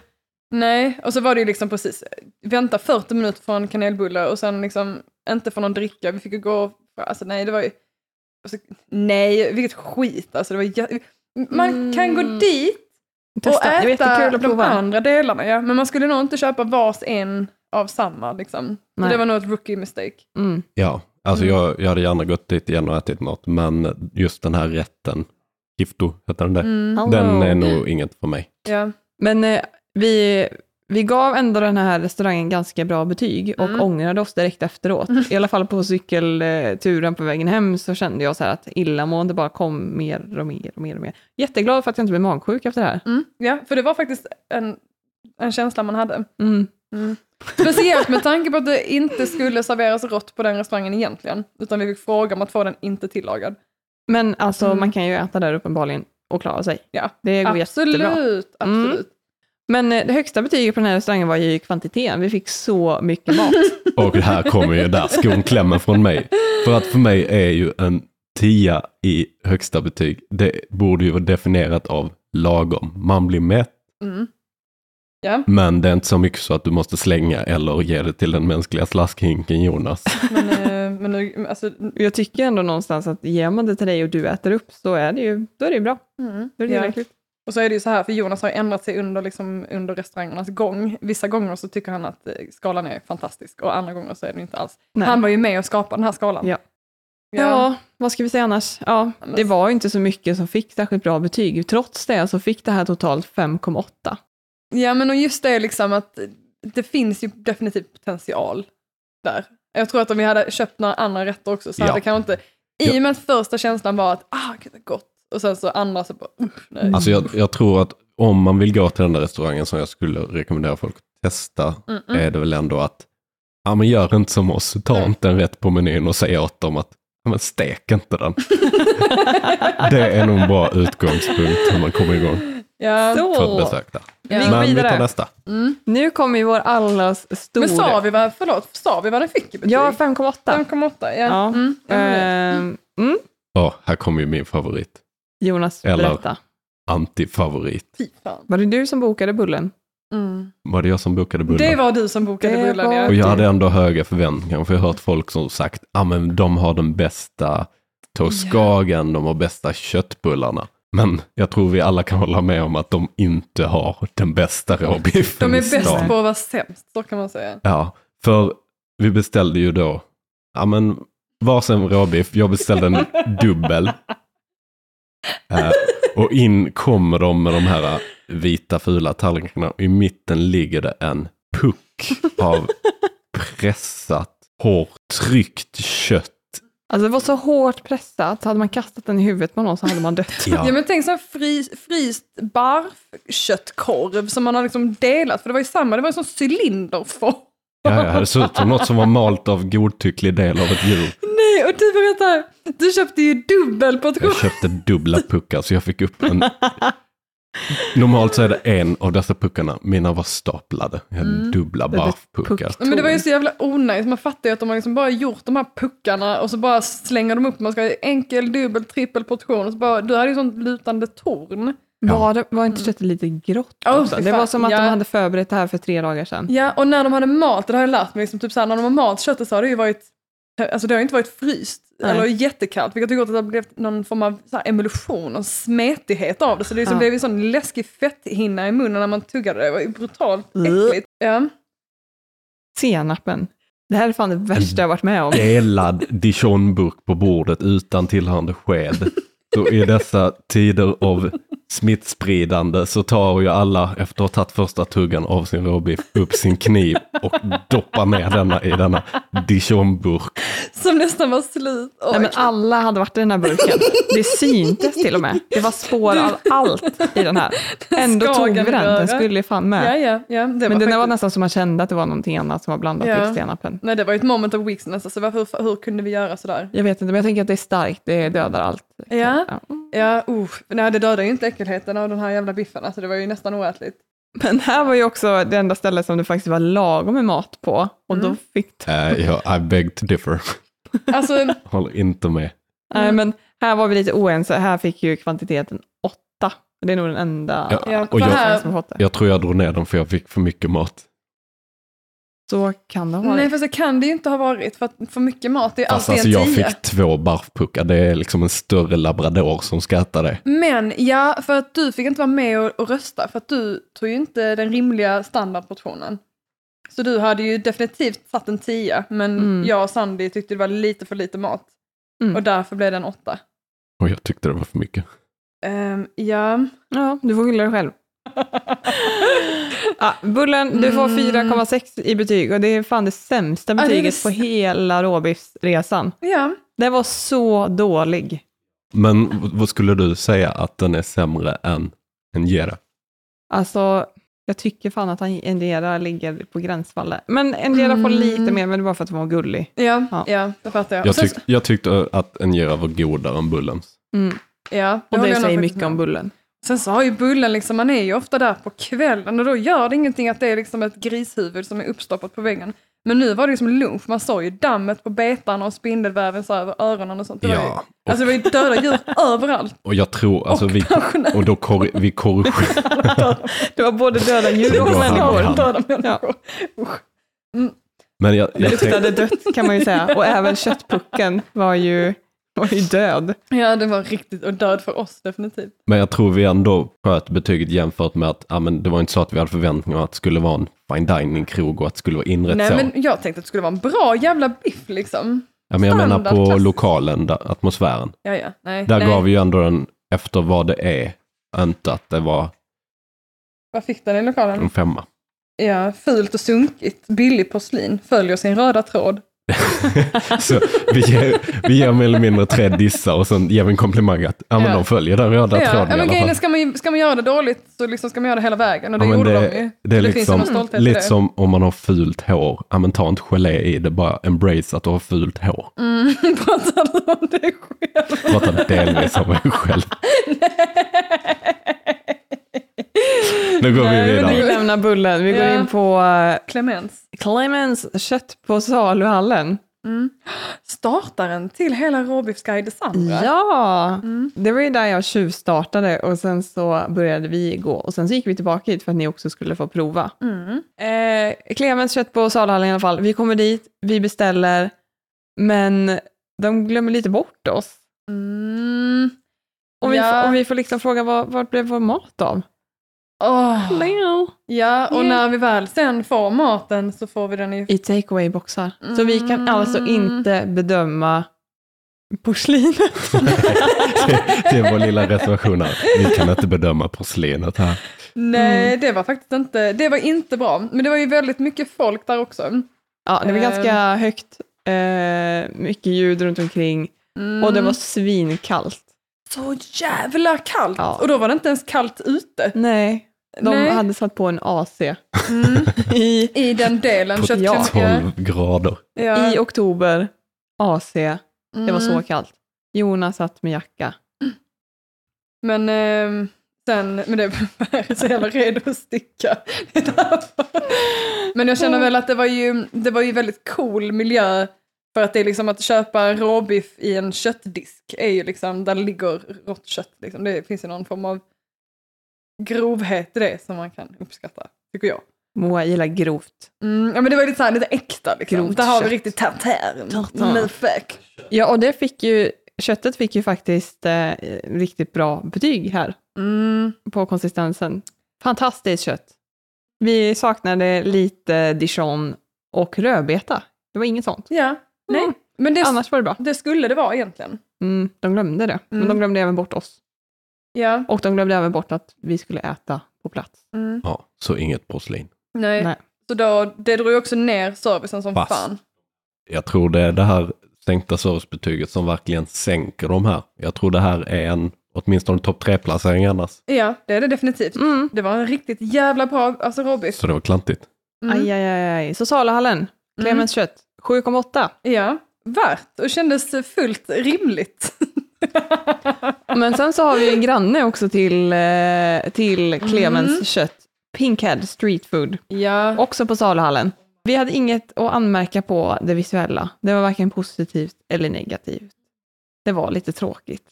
A: nej, och så var det ju liksom precis, vänta 40 minuter för en kanelbulle och sen liksom inte för någon dricka, vi fick ju gå, alltså nej, det var ju, alltså, nej, vilket skit alltså. Det var jä- man kan gå
C: Mm.
A: dit och
C: Testa, det
A: äta
C: var jättekul
A: de
C: att prova.
A: andra delarna, ja. men man skulle nog inte köpa vars en av samma. Liksom. Så
C: Nej.
A: Det var nog ett rookie mistake.
C: Mm.
B: Ja, alltså
A: Mm.
B: jag, jag hade gärna gått dit igen och ätit mat, men just den här rätten, gifto heter den där,
A: Mm.
B: den
C: Hallå.
B: är nog inget för mig.
A: Ja.
C: Men eh, vi, vi gav ändå den här restaurangen ganska bra betyg och
A: Mm.
C: ångrade oss direkt efteråt. I alla fall på cykelturen på vägen hem så kände jag så här att illamående bara kom mer och mer och mer. Och mer. Jätteglad för att jag inte blev magsjuk efter det här.
A: Mm. ja, för det var faktiskt en, en känsla man hade.
C: Mm.
A: Speciellt med tanke på att det inte skulle serveras rått på den restaurangen egentligen. Utan vi fick fråga om att få den inte tillagad.
C: Men alltså
A: Mm.
C: man kan ju äta där uppenbarligen och klara sig.
A: Ja,
C: Det går jättebra. Mm.
A: absolut, absolut.
C: Men eh, det högsta betyget på den här restaurangen var ju kvantiteten. Vi fick så mycket mat.
B: Och här kommer ju där skon klämmer från mig. För att för mig är ju en tia i högsta betyg, det borde ju vara definierat av lagom. Man blir mätt,
A: Mm. Ja,
B: men det är inte så mycket så att du måste slänga eller ge det till den mänskliga slaskhinken Jonas.
A: men, eh, men nu, alltså,
C: Jag tycker ändå någonstans att ger man det till dig och du äter upp så är det ju, då är det ju bra.
A: mm,
C: Då är det
A: ja.
C: tillräckligt.
A: Och så är det ju så här, för Jonas har ju ändrat sig under, liksom, under restaurangernas gång. Vissa gånger så tycker han att eh, skalan är fantastisk och andra gånger så är den inte alls.
C: Nej.
A: Han var ju med och skapade den här skalan.
C: Ja.
A: Ja.
C: Ja, vad ska vi säga annars? Ja,
A: men-
C: det var ju inte så mycket som fick särskilt bra betyg. Trots det så fick det här totalt 5,8.
A: ja, men och just det liksom att det finns ju definitivt potential där. Jag tror att om vi hade köpt några andra rätter också så
B: Ja.
A: hade kanske inte... I och med att första känslan var att ah, gud, det är gott. Och sen så andra så bara, usch,
C: Mm.
A: nej.
B: Alltså jag, jag tror att om man vill gå till den där restaurangen som jag skulle rekommendera folk att testa,
A: Mm, mm.
B: är det väl ändå att, ja men gör inte som oss, ta
A: Mm.
B: inte en rätt på menyn och säg åt dem att, ja men stek inte den. det är nog en bra utgångspunkt hur man kommer igång
A: Ja.
C: Så.
B: för ett besök där.
A: Ja.
C: Vi går
B: Men vi
C: vidare.
B: tar nästa.
A: Mm.
C: Nu kommer ju vår allas stora...
A: Men sa vi vad, förlåt, sa vi vad den fick i betyg?
C: Ja, 5,8.
A: 5,8. Ja.
C: Ja.
A: Mm, ja, men det-
C: Ehm, mm.
B: Ja, här kommer ju min favorit,
C: Jonas,
B: Eller-
C: berätta.
B: antifavorit.
A: Fy fan. Mm.
C: Var det du som bokade bullen?
B: Var det jag som bokade bullen?
A: Det var du som bokade
C: Det
A: bullen,
C: var-
B: Och
A: ja.
B: jag hade ändå höga förväntningar, för jag har hört folk som sagt, ja men de har den bästa toskagen, de har bästa köttbullarna. Men jag tror vi alla kan hålla med om att de inte har den bästa råbiffen
A: De är
B: i stan.
A: bäst på att vara sämst, så kan man säga.
B: Ja, för vi beställde ju då, ja men varsin råbiff, jag beställde en dubbel. Eh, och in kommer de med de här eh, vita fula tallrikarna och i mitten ligger det en puck av pressat, hårt, tryckt kött.
C: Alltså det var så hårt pressat, hade man kastat den i huvudet på någon så hade man dött.
A: Ja. men tänk så här fri, fryst barfköttkorv som man har liksom delat, för det var ju samma, det var ju som cylinderform.
B: Ja, ja, det såg ut som något som var malt av godtycklig del av ett djur.
A: Nej, och du berättar, du köpte ju dubbel portion.
B: Jag köpte dubbla puckar så jag fick upp en Normalt så är det en av dessa puckarna. Mina var staplade. Jag hade
C: Mm.
B: dubbla
C: Det är
B: barfpuckar.
C: puck.
A: Men det var ju så jävla onajs. Man fattar ju att de har liksom bara gjort de här puckarna och så bara slänger de upp. Man ska ha enkel, dubbel, trippel portion. Och så bara, du hade ju sånt lutande torn.
B: Ja.
C: Var, det, var inte köttet lite grått?
A: Åh,
C: också?
A: fy
C: det
A: fan.
C: var som att
A: Ja.
C: de hade förberett det här för tre dagar sedan.
A: Ja, och när de hade malt, det har jag lärt mig, liksom, typ såhär, när de har malt köttet så har det ju varit Alltså det har ju inte varit fryst
C: Nej.
A: eller jättekallt vilket har gjort att det har blivit någon form av så här emulsion och smetighet av det. Så det liksom
C: Ja.
A: blev en sån läskig fetthinna i munnen när man tuggade det. Det var ju brutalt
C: Mm.
A: äckligt. Ja.
C: Senapen. Det här är fan det värsta jag varit med
B: Mm.
C: om.
B: Delad dijonburk på bordet utan tillhörande sked. Så i dessa tider av smittspridande så tar ju alla efter att ha tagit första tuggan av sin råbiff upp sin kniv och doppar ner denna i denna dijonburk.
A: Som nästan var slut. Oj.
C: Nej, men alla hade varit i den här burken. Det syntes till och med. Det var spår av allt i den här. Ändå tog vi den. Den skulle ju fan
A: ja,
C: med.
A: ja, ja, det
C: Men
A: var
C: den var
A: faktiskt-
C: nästan som man kände att det var någonting annat som var blandat
A: Ja.
C: i senapen.
A: Nej, det var ju ett moment of weeks nästan, så varför, hur, hur kunde vi göra sådär?
C: Jag vet inte, men jag tänker att det är starkt. Det dödar allt.
A: Ja.
C: Ja.
A: Ja, uh, nej det dödade ju inte äckelheten av den här jävla biffen, alltså det var ju nästan oätligt.
C: Men här var ju också det enda stället som det faktiskt var lagom med mat på. Och då
A: Mm.
C: fick
B: Eh, ja, I beg to differ.
A: Alltså,
B: Håller inte med.
A: Mm.
C: Nej, men här var vi lite oense. Här fick ju kvantiteten åtta. Det är nog den enda
B: Ja,
A: ja,
B: och
A: för
B: jag-
A: här,
C: som har fått det.
B: Jag tror jag drog ner den för jag fick för mycket mat.
C: Så kan det ha
A: nej
C: varit.
A: för så kan det ju inte ha varit, för att för mycket mat det är
B: Fast
A: alltid
B: alltså
A: en
B: jag
A: tia.
B: fick två barfpuckar. Det är liksom en större labrador som ska äta det.
A: Men ja, för att du fick inte vara med och, och rösta, för att du tog ju inte den rimliga standardportionen. Så du hade ju definitivt satt en tia, men
C: Mm.
A: jag och Sandy tyckte det var lite för lite mat.
C: Mm.
A: Och därför blev det en åtta.
B: Och jag tyckte det var för mycket.
A: Ehm, ja,
C: Ja, du får skylla dig själv. ja, bullen, du får
A: Mm.
C: 4,6 i betyg och det är fan det sämsta
A: det är det
C: betyget på
A: s-
C: hela råbiffsresan.
A: ja.
C: Den var så dålig.
B: Men v- vad skulle du säga att den är sämre än en gera?
C: Alltså, jag tycker fan att han- Endera ligger på gränsfallet. Men Endera får
A: Mm.
C: lite mer, men det var för att hon var gullig.
A: Ja, ja,
C: Ja.
A: det fattar jag.
B: Jag,
A: Och sen-
B: tyck, jag tyckte att en gera var godare än bullens.
C: Mm.
A: ja,
C: Och
A: håller
C: det
A: jag nog
C: säger
A: faktiskt
C: mycket
A: med
C: om bullen.
A: Sen så har ju Bullen, liksom, man är ju ofta där på kvällen och då gör det ingenting att det är liksom ett grishuvud som är uppstoppat på väggen. Men nu var det ju som lunch, man såg ju dammet på betan och spindelväven så här över öronen och sånt. Det var ju,
B: Ja, och,
A: Alltså det var ju döda djur överallt.
B: och jag tror, alltså
A: och
B: vi,
A: pensionärer.
B: och då korri, vi korrigerar,
C: Det var både döda djur och
B: Det var hand i
C: människor.
B: hand.
A: Döda människor.
B: men jag,
C: Det
B: jag tänkte,
C: luktade dött kan man ju säga. Och även köttpucken var ju, var ju död.
A: Ja, det var riktigt, och död för oss definitivt.
B: men jag tror vi ändå sköt betyget jämfört med att ja, men det var inte så att vi hade förväntningar att det skulle vara en fine dining-krog och att det skulle vara inrett
A: Nej
B: så.
A: men jag tänkte att det skulle vara en bra jävla biff liksom.
B: ja, men jag menar på
A: standardklass.
B: lokalen, där, atmosfären.
A: Ja, ja, nej.
B: Där
A: nej.
B: gav vi ju ändå den efter vad det är. Inte att det var
A: Vad fick den i lokalen?
B: en femma.
A: Ja, fult och sunkigt. Billig porslin följer sin röda tråd.
B: Så vi ger, vi ger mer eller mindre tre dissar och sen ger vi en komplimang att ja, men
A: Ja.
B: de följer den röda
A: ja, ja,
B: tråden i
A: men
B: alla
A: grejen är,
B: fall.
A: ska man, ju- ska man göra det dåligt så liksom ska man göra det hela vägen och det
B: Ja, men
A: gjorde
B: det-
A: de ju.
B: Det är
A: det finns ju
B: liksom,
A: någon stolthet i
B: lite
A: det.
B: som om man har fult hår. Ja, men ta inte gelé i det, bara embrace att du har fult hår.
A: Mm, pratar du om det själv?
B: Pratar delvis om mig själv. Nu går
A: Nej, men
B: vi
A: det
C: Vi
B: vidare.
C: lämnar bullen, vi går
A: Ja.
C: in på eh,
A: Clemens.
C: Clemens kött på saluhallen.
A: Startaren till hela Råbiffs guide Sandra. Mm,
C: Ja, det var ju där jag tjuvstartade och sen så började vi gå och sen så gick vi tillbaka hit för att ni också skulle få prova.
A: Mm.
C: Eh, Clemens kött på saluhallen i alla fall. Vi kommer dit, vi beställer, men de glömmer lite bort oss.
A: Mm.
C: Och vi,
A: Ja.
C: får- och vi får liksom fråga vad, vart blev vår mat av?
A: Åh. Ja, och
C: Yeah.
A: när vi väl sen får maten så får vi den ju...
C: I takeaway boxar Så vi kan alltså
A: Mm.
C: inte bedöma porslinet.
B: Det är vår lilla reservation här. Vi kan inte bedöma porslinet här.
C: Mm.
A: Nej, det var faktiskt inte... Det var inte bra. Men det var ju väldigt mycket folk där också.
C: Ja, det var
A: Eh.
C: ganska högt, eh, mycket ljud runt omkring
A: Mm.
C: och det var svinkallt.
A: så jävla kallt!
C: Ja.
A: Och då var det inte ens kallt ute.
C: Nej, de
A: Nej.
C: hade satt på en AC
A: Mm.
C: i,
A: I den delen.
B: På
A: köttklämma.
B: 12 grader.
A: Ja.
C: i oktober. AC, det var
A: Mm.
C: så kallt. Jonas satt med jacka.
A: Men ehm, Sen, men det är så jävla redo att sticka. Det är därför. men jag känner väl att det var ju, det var ju väldigt cool miljö för att det är liksom att köpa råbiff i en köttdisk är ju liksom, där ligger rått kött liksom. Det finns ju någon form av grovhet i det som man kan uppskatta, tycker jag.
C: Moa gillar grovt.
A: Mm, ja men det var lite såhär lite äkta liksom.
C: Grovt
A: där har vi
C: kött.
A: riktigt tartär.
C: Tartare.
A: Mufäk.
C: Ja, och det fick ju, köttet fick ju faktiskt eh, riktigt bra betyg här
A: Mm.
C: på konsistensen. Fantastiskt kött. Vi saknade lite dijon och rödbeta. Det var inget sånt.
A: Ja, nej.
C: Mm.
A: Men det,
C: Annars var det bra.
A: det skulle det vara egentligen.
C: Mm, de glömde det, men
A: Mm.
C: de glömde även bort oss.
A: Ja.
C: Och de glömde även bort att vi skulle äta på plats.
A: Mm.
B: Ja, så inget porslin.
A: Nej.
C: Nej.
A: Så då, det drog ju också ner servicen som
B: Fast.
A: fan.
B: Jag tror det är det här sänkta servicebetyget som verkligen sänker de här. Jag tror det här är en, åtminstone topp tre placering annars.
A: Ja, det är det definitivt.
C: Mm.
A: Det var en riktigt jävla bra alltså råbiff.
B: Så det var klantigt.
A: Mm.
C: Aj, aj, aj, aj. Så Salahallen, Clemens kött, 7,8.
A: Ja, värt och kändes fullt rimligt.
C: Men sen så har vi en granne också till, eh, till Clemens
A: Mm.
C: kött, Pinkhead Street Food,
A: Ja.
C: också på saluhallen. Vi hade inget att anmärka på det visuella. Det var varken positivt eller negativt. Det var lite tråkigt.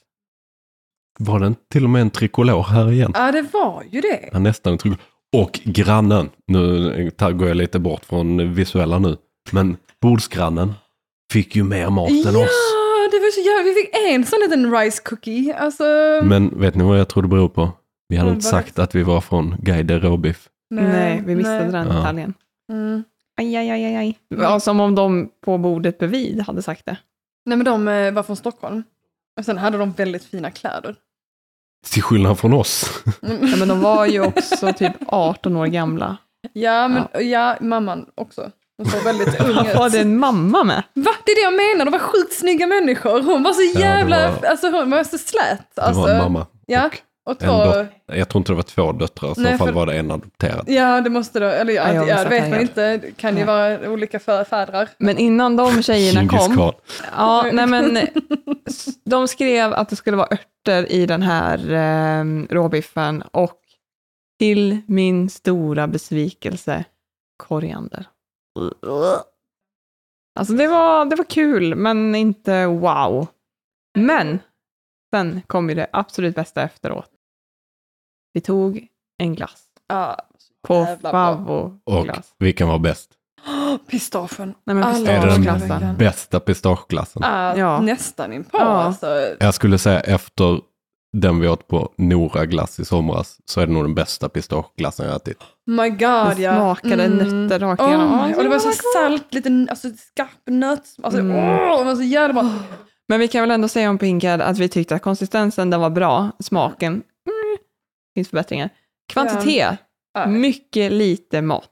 B: Var det en- till och med en trikolor här igen?
A: ja, det var ju det.
B: Ja, nästan en trikolor. Och grannen, nu tar- går jag lite bort från visuella nu, men bordsgrannen fick ju mer mat
A: Ja,
B: än oss.
A: det var så jävla... Vi fick en sån liten rice cookie. Alltså,
B: Men vet ni vad jag tror det beror på? Vi hade
A: Vad
B: inte
A: var det?
B: sagt att vi var från Guide Råbiff.
C: Nej, vi missade
A: nej.
C: den
B: Ja.
C: detaljen.
A: Mm.
C: Aj, aj, aj, aj, aj. Ja, som om de på bordet bredvid hade sagt det.
A: Nej, men de eh, var från Stockholm. Och sen hade de väldigt fina kläder. Mm.
B: Till skillnad från oss.
C: Ja, men de var ju också typ 18 år gamla.
A: Ja, men ja. mamman också. Hon såg väldigt ung ut.
C: Var det en mamma med?
A: Va? Det är det jag menar, de var sjukt snygga människor. Hon var så
B: det
A: jävla,
B: var-
A: alltså hon var så slät.
B: Det
A: Alltså,
B: var en mamma.
A: Ja, och
B: en
A: två,
B: dotter. Jag tror inte det var två döttrar, i så
A: Nej,
B: fall
A: för-
B: var det en adopterad.
A: ja det måste då, eller ja,
C: Ja, jag
A: ja, det
C: missade
A: vet
C: det
A: man
C: helt.
A: inte, det kan ju
C: Nej.
A: vara olika fä- fädrar.
C: Men innan de tjejerna
B: Genghis
C: kom,
B: Khan.
C: Ja, nej men s- de skrev att det skulle vara örter i den här eh, råbiffen och till min stora besvikelse koriander. Alltså det var, det var kul, men inte wow. Men sen kom ju det absolut bästa efteråt. Vi tog en glass
A: Ja,
C: på
A: Jävla bra.
B: Och
C: favvoglass.
B: vilken var bäst?
A: pistafen.
C: Nej men
A: Alla
B: Är det den
A: verkligen.
C: pistageglassen.
B: Bästa pistageglassen.
A: Ah,
C: Ja.
A: Nästan inpå
C: Ja.
A: alltså.
B: Jag skulle säga efter den vi åt på Nora glass i somras så är det nog den bästa pistageglassen jag ätit.
A: My god
C: Den
A: ja. Mm.
C: smakade nötter rakt igenom.
A: Oh, my- och det var så salt, lite alltså, skarp nöt. Alltså,
C: Mm.
A: åh, det var så jävla bra.
C: Men vi kan väl ändå säga om Pinkad att vi tyckte att konsistensen den var bra, smaken, mm, finns förbättringar. Kvantitet,
A: Ja. Mm.
C: mycket lite mat.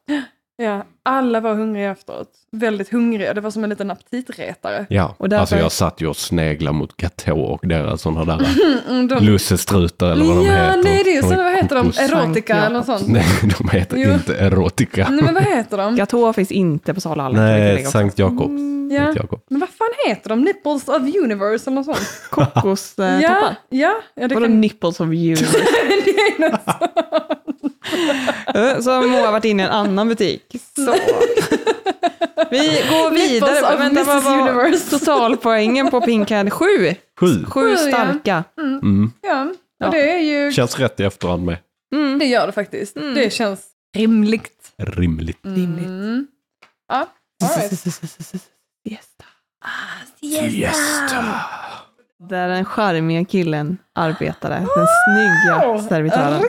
A: Ja, alla var hungriga efteråt. Väldigt hungriga, det var som en liten aptitretare.
B: Ja,
C: Och därför-
B: alltså jag satt ju och sneglade mot Gatå och deras sådana där
A: Mm, de-
B: lussestrutar eller vad de
A: ja,
B: heter.
A: nej det är ju
B: De
A: så, vad heter de?
B: kokos.
A: Erotica
C: Sankt
A: eller något sånt?
B: Nej, de heter
A: Jo.
B: inte Erotica.
A: Nej men vad heter de?
C: Gatoa finns inte på saluhallen. kan vi
B: Nej,
C: tillägga också.
B: Sankt Jakobs.
A: Mm, Ja.
B: Sankt Jakobs.
A: Men vad fan heter de? Nipples of Universe eller något sånt?
C: Kokostoppar.
A: ja, ja, ja, det
C: Vadå
A: kan...
C: nipples of you?
A: det är något sånt.
C: Så har Eh, Moa varit inne i en annan butik. Så. Vi går
A: Nipples
C: vidare.
A: of
C: Vänta, vad
A: Mrs
C: var
A: Universe.
C: totalpoängen på Pinkad? Sju.
B: Sju.
A: Sju, ja.
C: Sju starka.
B: Mm.
A: Ja,
C: Ja.
A: och det är ju...
B: Känns rätt i efterhand med.
C: Mm.
A: Det gör det faktiskt. Det känns rimligt.
B: Rimligt.
C: Rimligt.
A: Mm. Ja, all right.
C: Siesta.
B: Yes.
C: Där den charmiga killen arbetade, den snygga servitören. Mm,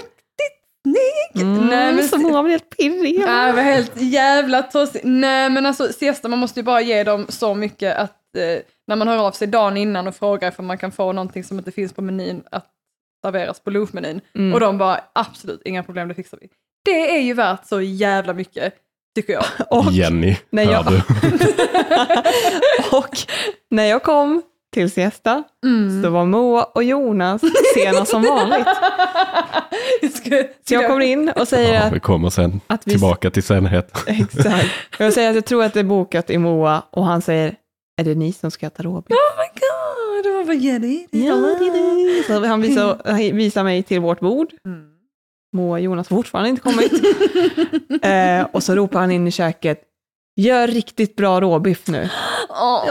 A: Äh, Nej, men-
C: som hon var helt pirrig.
A: Nej, det var helt jävla tossigt. Nej, men alltså siesta, man måste ju bara ge dem så mycket att eh, när man hör av sig dagen innan och frågar om man kan få någonting som inte finns på menyn att serveras på lunchmenyn.
C: Mm.
A: Och de bara absolut inga problem, det fixar vi. Det är ju värt så jävla mycket, tycker jag.
C: Och,
B: Jenny,
C: Nej,
B: hör
C: jag-
B: du?
C: och när jag kom till siesta
A: Mm.
C: så var Moa och Jonas sena som vanligt.
A: Jag ska-
C: Så jag kommer in och säger
B: Ja,
C: att,
B: vi kommer sen
C: att vi...
B: tillbaka till senhet.
C: Exakt. Och Jag säger att jag tror att det är bokat i Moa och han säger, är det ni som ska äta råbiff?
A: Oh my god, det var never get it.
C: Så han visar, han visar mig till vårt bord.
D: Mm.
C: Moa och Jonas har fortfarande inte kommit. eh, och så ropar han in i köket, gör riktigt bra råbiff nu.
A: Åh,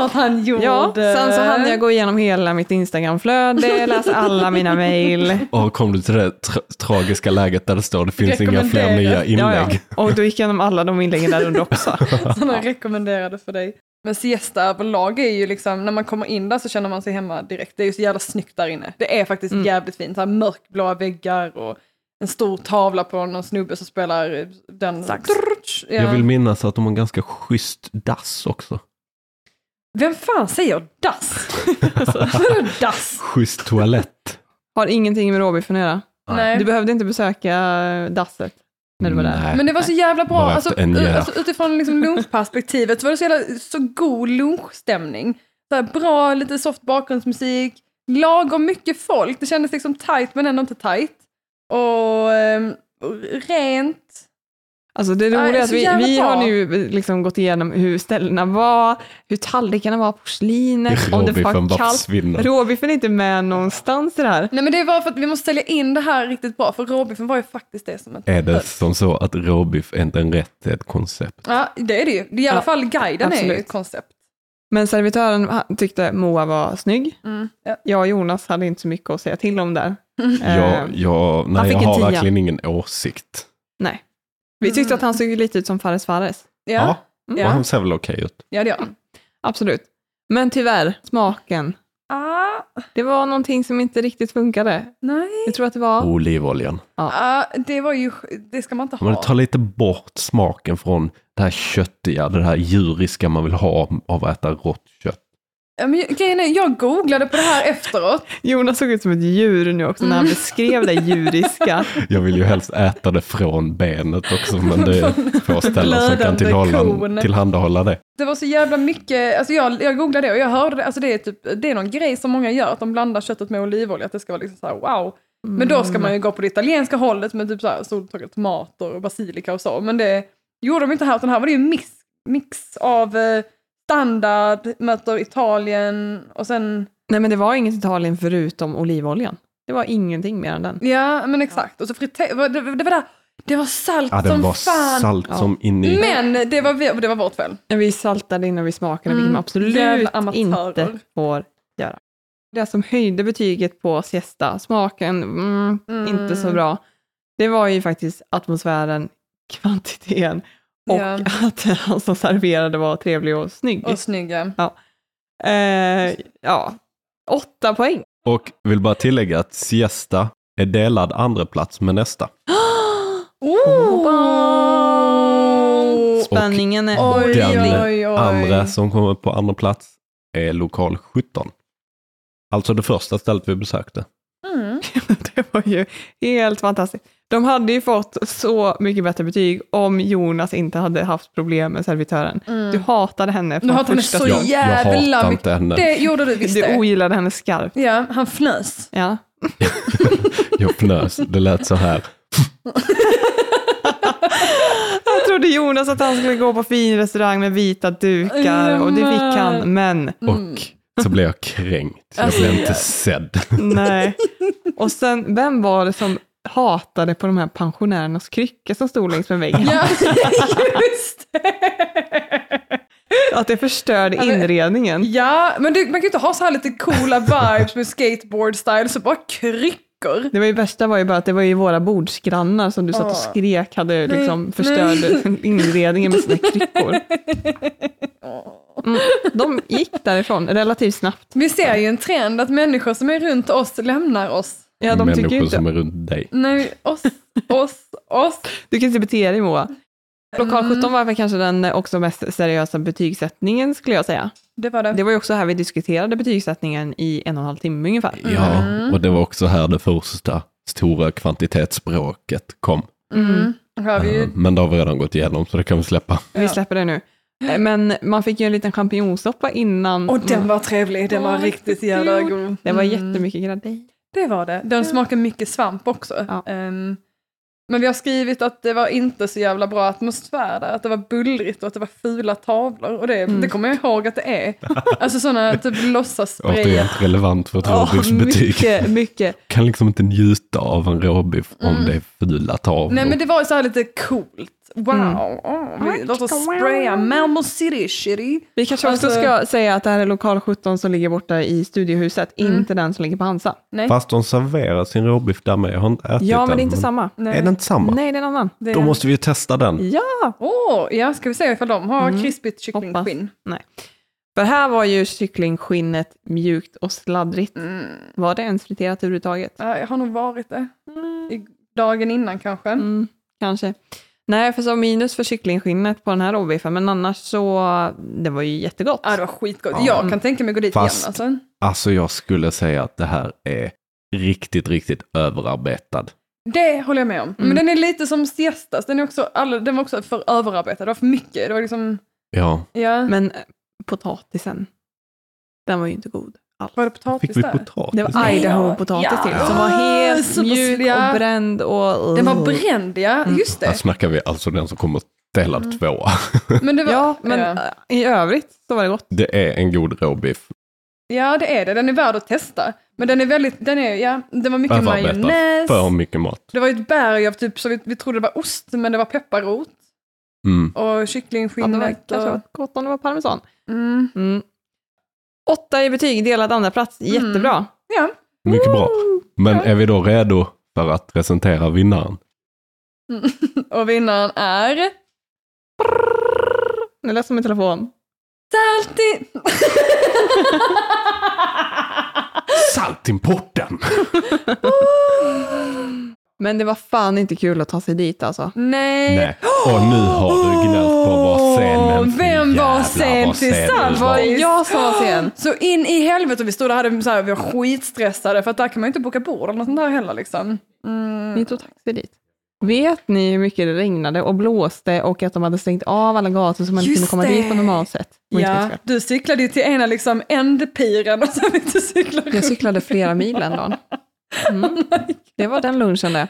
A: Klart han gjorde.
C: Ja, sen så hann jag gå igenom hela mitt Instagramflöde, läsa alla mina mejl.
B: Och kom du till det tra tragiska läget där det står det finns inga fler
A: Rekommenderas.
B: nya
C: Ja,
B: inlägg.
C: ja. Och då gick jag igenom alla de inläggen där under också.
A: Sådana rekommenderade för dig. Men siesta överlag är ju liksom, när man kommer in där så känner man sig hemma direkt. Det är ju så jävla snyggt där inne. Det är faktiskt
C: Mm.
A: jävligt fint. Så här mörkblåa väggar och en stor tavla på någon snubbe som spelar eh, den.
C: Sax.
A: Drrrtsch, ja.
B: Jag vill minnas att de har en ganska schysst dass också.
A: Vem fan säger dass? Vadå dass?
B: Schysst toalett.
C: Har ingenting med råbiffen att göra.
A: Nej.
C: Du behövde inte besöka dasset när du var där.
B: Nej.
A: Men det var så jävla bra,
B: Bara
A: alltså,
B: efter en jävla.
A: alltså, utifrån liksom lunchperspektivet så var det så, jävla, så god lunchstämning. Så här, bra, lite soft bakgrundsmusik, lagom mycket folk. Det kändes liksom tight men ändå inte tight. Och, ehm, och rent.
C: Alltså det roliga
A: Nej,
C: är att
A: så
C: vi,
A: jävla
C: vi
A: bra.
C: har nu liksom gått igenom hur ställena var, hur tallrikarna var, porslinet, om det
B: Råbiffen
C: var
B: bara
C: kallt.
B: försvinner.
C: Råbiffen är inte med någonstans i det här.
A: Nej men det var för att vi måste sälja in det här riktigt bra för råbiffen var ju faktiskt det som inte
B: Är det
A: höll.
B: som så att råbiff är inte en rätt, det är ett koncept?
A: Ja det är det ju. I alla
C: Ja,
A: fall guiden är ju
C: absolut.
A: ett koncept.
C: Men servitören han tyckte Moa var snygg.
A: Mm. Ja.
C: Jag och Jonas hade inte så mycket att säga till om där. Eh,
B: Jag, jag, nej,
C: fick
B: jag
C: en
B: har
C: tia.
B: verkligen ingen åsikt.
C: Nej. Vi tyckte
A: Mm.
C: att han såg lite ut som Fares Fares.
A: Ja,
B: Ja,
A: Ja.
B: han ser väl okej ut.
A: ja det gör han.
C: Absolut. Men tyvärr, smaken.
A: Ah,
C: Det var någonting som inte riktigt funkade.
A: nej.
C: Jag tror att det
B: Oh.
C: var...
B: Olivoljan.
A: Ah, det var ju, det ska man inte
B: Men
A: ha.
B: ta lite bort smaken från det här köttiga, det här djuriska man vill ha av att äta rått kött.
A: Ja, men grejen är, jag googlade på det här efteråt.
C: Jonas såg ut som ett djur nu också när han beskrev det djuriska.
B: Jag vill ju helst äta det från benet också, men det är få ställen som kan
A: Blödande
B: tillhålla,
A: kon.
B: tillhandahålla det.
A: Det var så jävla mycket, alltså jag, jag googlade det och jag hörde det, alltså det är, typ, det är någon grej som många gör, att de blandar köttet med olivolja, att det ska vara liksom så här wow. Men då ska man ju gå på det italienska hållet med typ så här soltorkade tomater och basilika och så, men det gjorde de inte här, utan här var det ju en mix, mix av eh, standard, möter Italien och sen,
C: Nej, men det var inget Italien förutom olivoljan. Det var ingenting mer än den.
A: ja men exakt, och så frite, det, det var där, det var salt
B: Ja, den
A: som
B: var
A: fan. Mm.
B: salt
C: Ja.
B: som in i...
A: Men det var, vi- det var vårt fel.
C: Men Vi saltade innan vi smakade, vilket
A: Mm,
C: man absolut
A: jävla amatörer.
C: inte får göra. Det som höjde betyget på siesta, smaken, mm,
A: Mm.
C: inte så bra, det var ju faktiskt atmosfären, kvantiteten och
A: Ja.
C: att han som serverade var trevlig och snygg.
A: Och snygga.
C: Eh, ja, åtta poäng.
B: Och vill bara tillägga att siesta är delad andra plats med nästa.
A: Oh!
C: Spänningen är
A: Oj,
B: Den
A: oj, oj.
B: Andra som kommer på andra plats är lokal 17. Alltså det första stället vi besökte.
A: Mm.
C: Det var ju helt fantastiskt. De hade ju fått så mycket bättre betyg om Jonas inte hade haft problem med servitören.
A: Mm.
C: Du hatade henne från
A: Du hatade henne
C: första
A: så
C: stund.
B: Jag, jag
A: jävla
B: hatar
A: mycket.
B: inte henne.
A: Det gjorde du visst
C: Du
A: det.
C: ogillade henne skarpt.
A: Ja, han fnös.
C: Ja.
B: Jag fnös. Det lät så här.
C: Jag trodde Jonas att han skulle gå på fin restaurang med vita dukar och det fick han, men
B: Och så blev jag kränkt. Jag
A: Alltså,
B: blev inte sedd.
C: nej. Och sen, vem var det som hatade på de här pensionärernas kryckor som stod längs med väggen?
A: Ja, just det.
C: Att det förstörde
A: men-
C: inredningen.
A: Ja, men du, man kan ju inte ha så här lite coola vibes med skateboard-style, så bara kryckor.
C: Det var ju bästa var ju bara att det var ju våra bordsgrannar som du satt och
A: Åh.
C: skrek hade liksom
A: nej.
C: förstörde inredningen med sina kryckor. Mm. De gick därifrån relativt snabbt.
A: Vi ser ju en trend att människor som är runt oss lämnar oss.
C: Ja, de tycker ju
B: Människor
C: inte.
B: som är runt dig.
A: Nej, oss, oss, oss.
C: Du kan inte bete dig Moa. Lokal
A: Mm.
C: 17 var väl kanske den eh, också mest seriösa betygssättningen skulle jag säga.
A: Det var det.
C: Det var ju också här vi diskuterade betygssättningen i en och en halv timme ungefär.
B: Ja, och det var också här det första stora kvantitetsspråket kom. Eh,
A: Mm. Hör vi ju.
B: Men det har vi redan gått igenom, så det kan vi släppa.
C: Vi
A: Ja.
C: släpper det nu. Eh, Men man fick ju en liten champinjonsoppa innan.
A: Och den var trevlig, den var
C: Åh,
A: riktigt
C: vilken
A: jävla
C: god.
A: god.
C: Det var
A: Mm.
C: jättemycket gradin.
A: Det var det. Den smakar mycket svamp också.
C: Ja.
A: Ehm, Men vi har skrivit att det var inte så jävla bra atmosfär där, att det var bullrigt och att det var fula tavlor. Och det,
C: Mm.
A: det kommer jag ihåg att det är. Alltså sådana typ
B: Återigen
A: låtsasgrejer.
B: inte relevant för ett
C: Åh,
B: råbiffsbetyg.
C: mycket, mycket.
B: Kan liksom inte njuta av en råbiff
C: Mm.
B: om det är fula tavlor.
A: Nej men det var ju så här lite coolt. Wow,
C: Mm.
A: åh, vi, låt oss spraya Malmö City shitty.
C: Vi kanske också
A: Alltså-
C: ska säga att det här är lokal 17 som ligger borta i studiehuset, inte den som ligger på Hansa.
A: Nej,
B: Fast de serverar sin råbiff där med. Jag har inte ätit
C: Ja,
B: den.
C: men det är inte samma.
B: Är det inte samma?
C: Nej, det är en annan.
A: det är-
B: Då måste vi ju testa den.
C: Ja,
A: Åh, ja ska vi se ifall de har
C: Mm.
A: krispigt
C: Hoppas.
A: kycklingskinn.
C: nej. För här var ju kycklingskinnet mjukt och sladdrigt.
A: Mm.
C: Var det ens friterat överhuvudtaget?
A: Ja, Jag har nog varit det. I dagen innan kanske.
C: Mm, kanske. Nej, för så minus för kycklingskinnet på den här råbiffen, men annars så, det var ju jättegott.
A: Ja, det var skitgott.
B: Ja.
A: Jag kan tänka mig att gå dit
B: Fast-
A: igen. Alltså.
B: Alltså jag skulle säga att det här är riktigt, riktigt överarbetad.
A: Det håller jag med om.
B: Mm.
A: Men den är lite som siestas. Den, är också, all, den var också för överarbetad. Det var för mycket. Det var liksom,
B: Ja.
A: ja.
C: Men eh, potatisen, den var ju inte god alls.
A: var det potatis
B: Fick vi
A: där?
B: potatis?
C: Det var Idaho-potatis
A: Ja.
C: till, som var helt
A: Ja,
C: mjuk
A: supersliga.
C: och bränd. Och,
A: Den var bränd, ja. Just
B: Här
A: det.
B: snackar vi Mm. alltså den som kommer delad
A: Mm.
B: tvåa.
A: Men det var,
C: Ja, men
A: ja.
C: eh, i övrigt så var det gott.
B: Det är en god råbiff.
A: ja, det är det. Den är värd att testa. Men den är väldigt, den är, ja, den var mycket
B: Överarbetad.
A: majonnäs.
B: För mycket mat.
A: Det var ju ett berg av typ, så vi, vi trodde det var ost, men det var pepparrot
B: Mm.
A: och
C: Ja, det var
A: kycklingskinnet.
C: kanske
A: och,
C: var gott om det var parmesan.
A: mm,
C: Mm. Åtta i betyg, delad andra plats. jättebra.
A: ja.
B: Mycket bra. Men är vi då redo för att presentera vinnaren?
A: och vinnaren är...
C: Nu lät det som en telefon.
A: Salty!
B: Saltimporten!
C: Men det var fan inte kul att ta sig dit
A: Mm.
C: alltså.
A: Nej.
B: Nej, och nu har du gnällt på att vara sen. Men fy
A: Vem var
B: jävlar
A: sen
B: vad
A: till
B: sen du
A: Saltis?
B: var.
C: Jag som var sen.
A: Så in i helvete, och vi stod där och hade, så här, vi var skitstressade för att där kan man ju inte boka bord eller något sånt där heller liksom. Mm.
C: Ni tog taxi dit. Vet ni hur mycket det regnade och blåste och att de hade stängt av alla gator så man inte
A: Just
C: kunde komma
A: det.
C: dit på normalt sätt? Och inte
A: Ja,
C: fick köra.
A: du cyklade ju till ena liksom ändpiren och sen inte cyklade
C: Jag cyklade flera mil den dagen. Mm. Det var den lunchen det.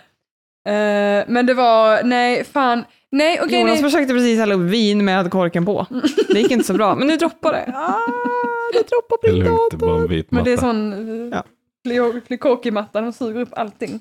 A: Eh, men det var, nej fan, nej okej
C: Jonas
A: nej.
C: försökte precis hälla upp vin med korken på. Det gick inte så bra, men nu droppar det. Ah, det droppar
B: Det är
C: på
B: lugnt, det är bara en vit
A: Men det är
B: matta.
A: sån eh,
C: Ja.
A: ja. Lykoki-mattan, de suger upp allting.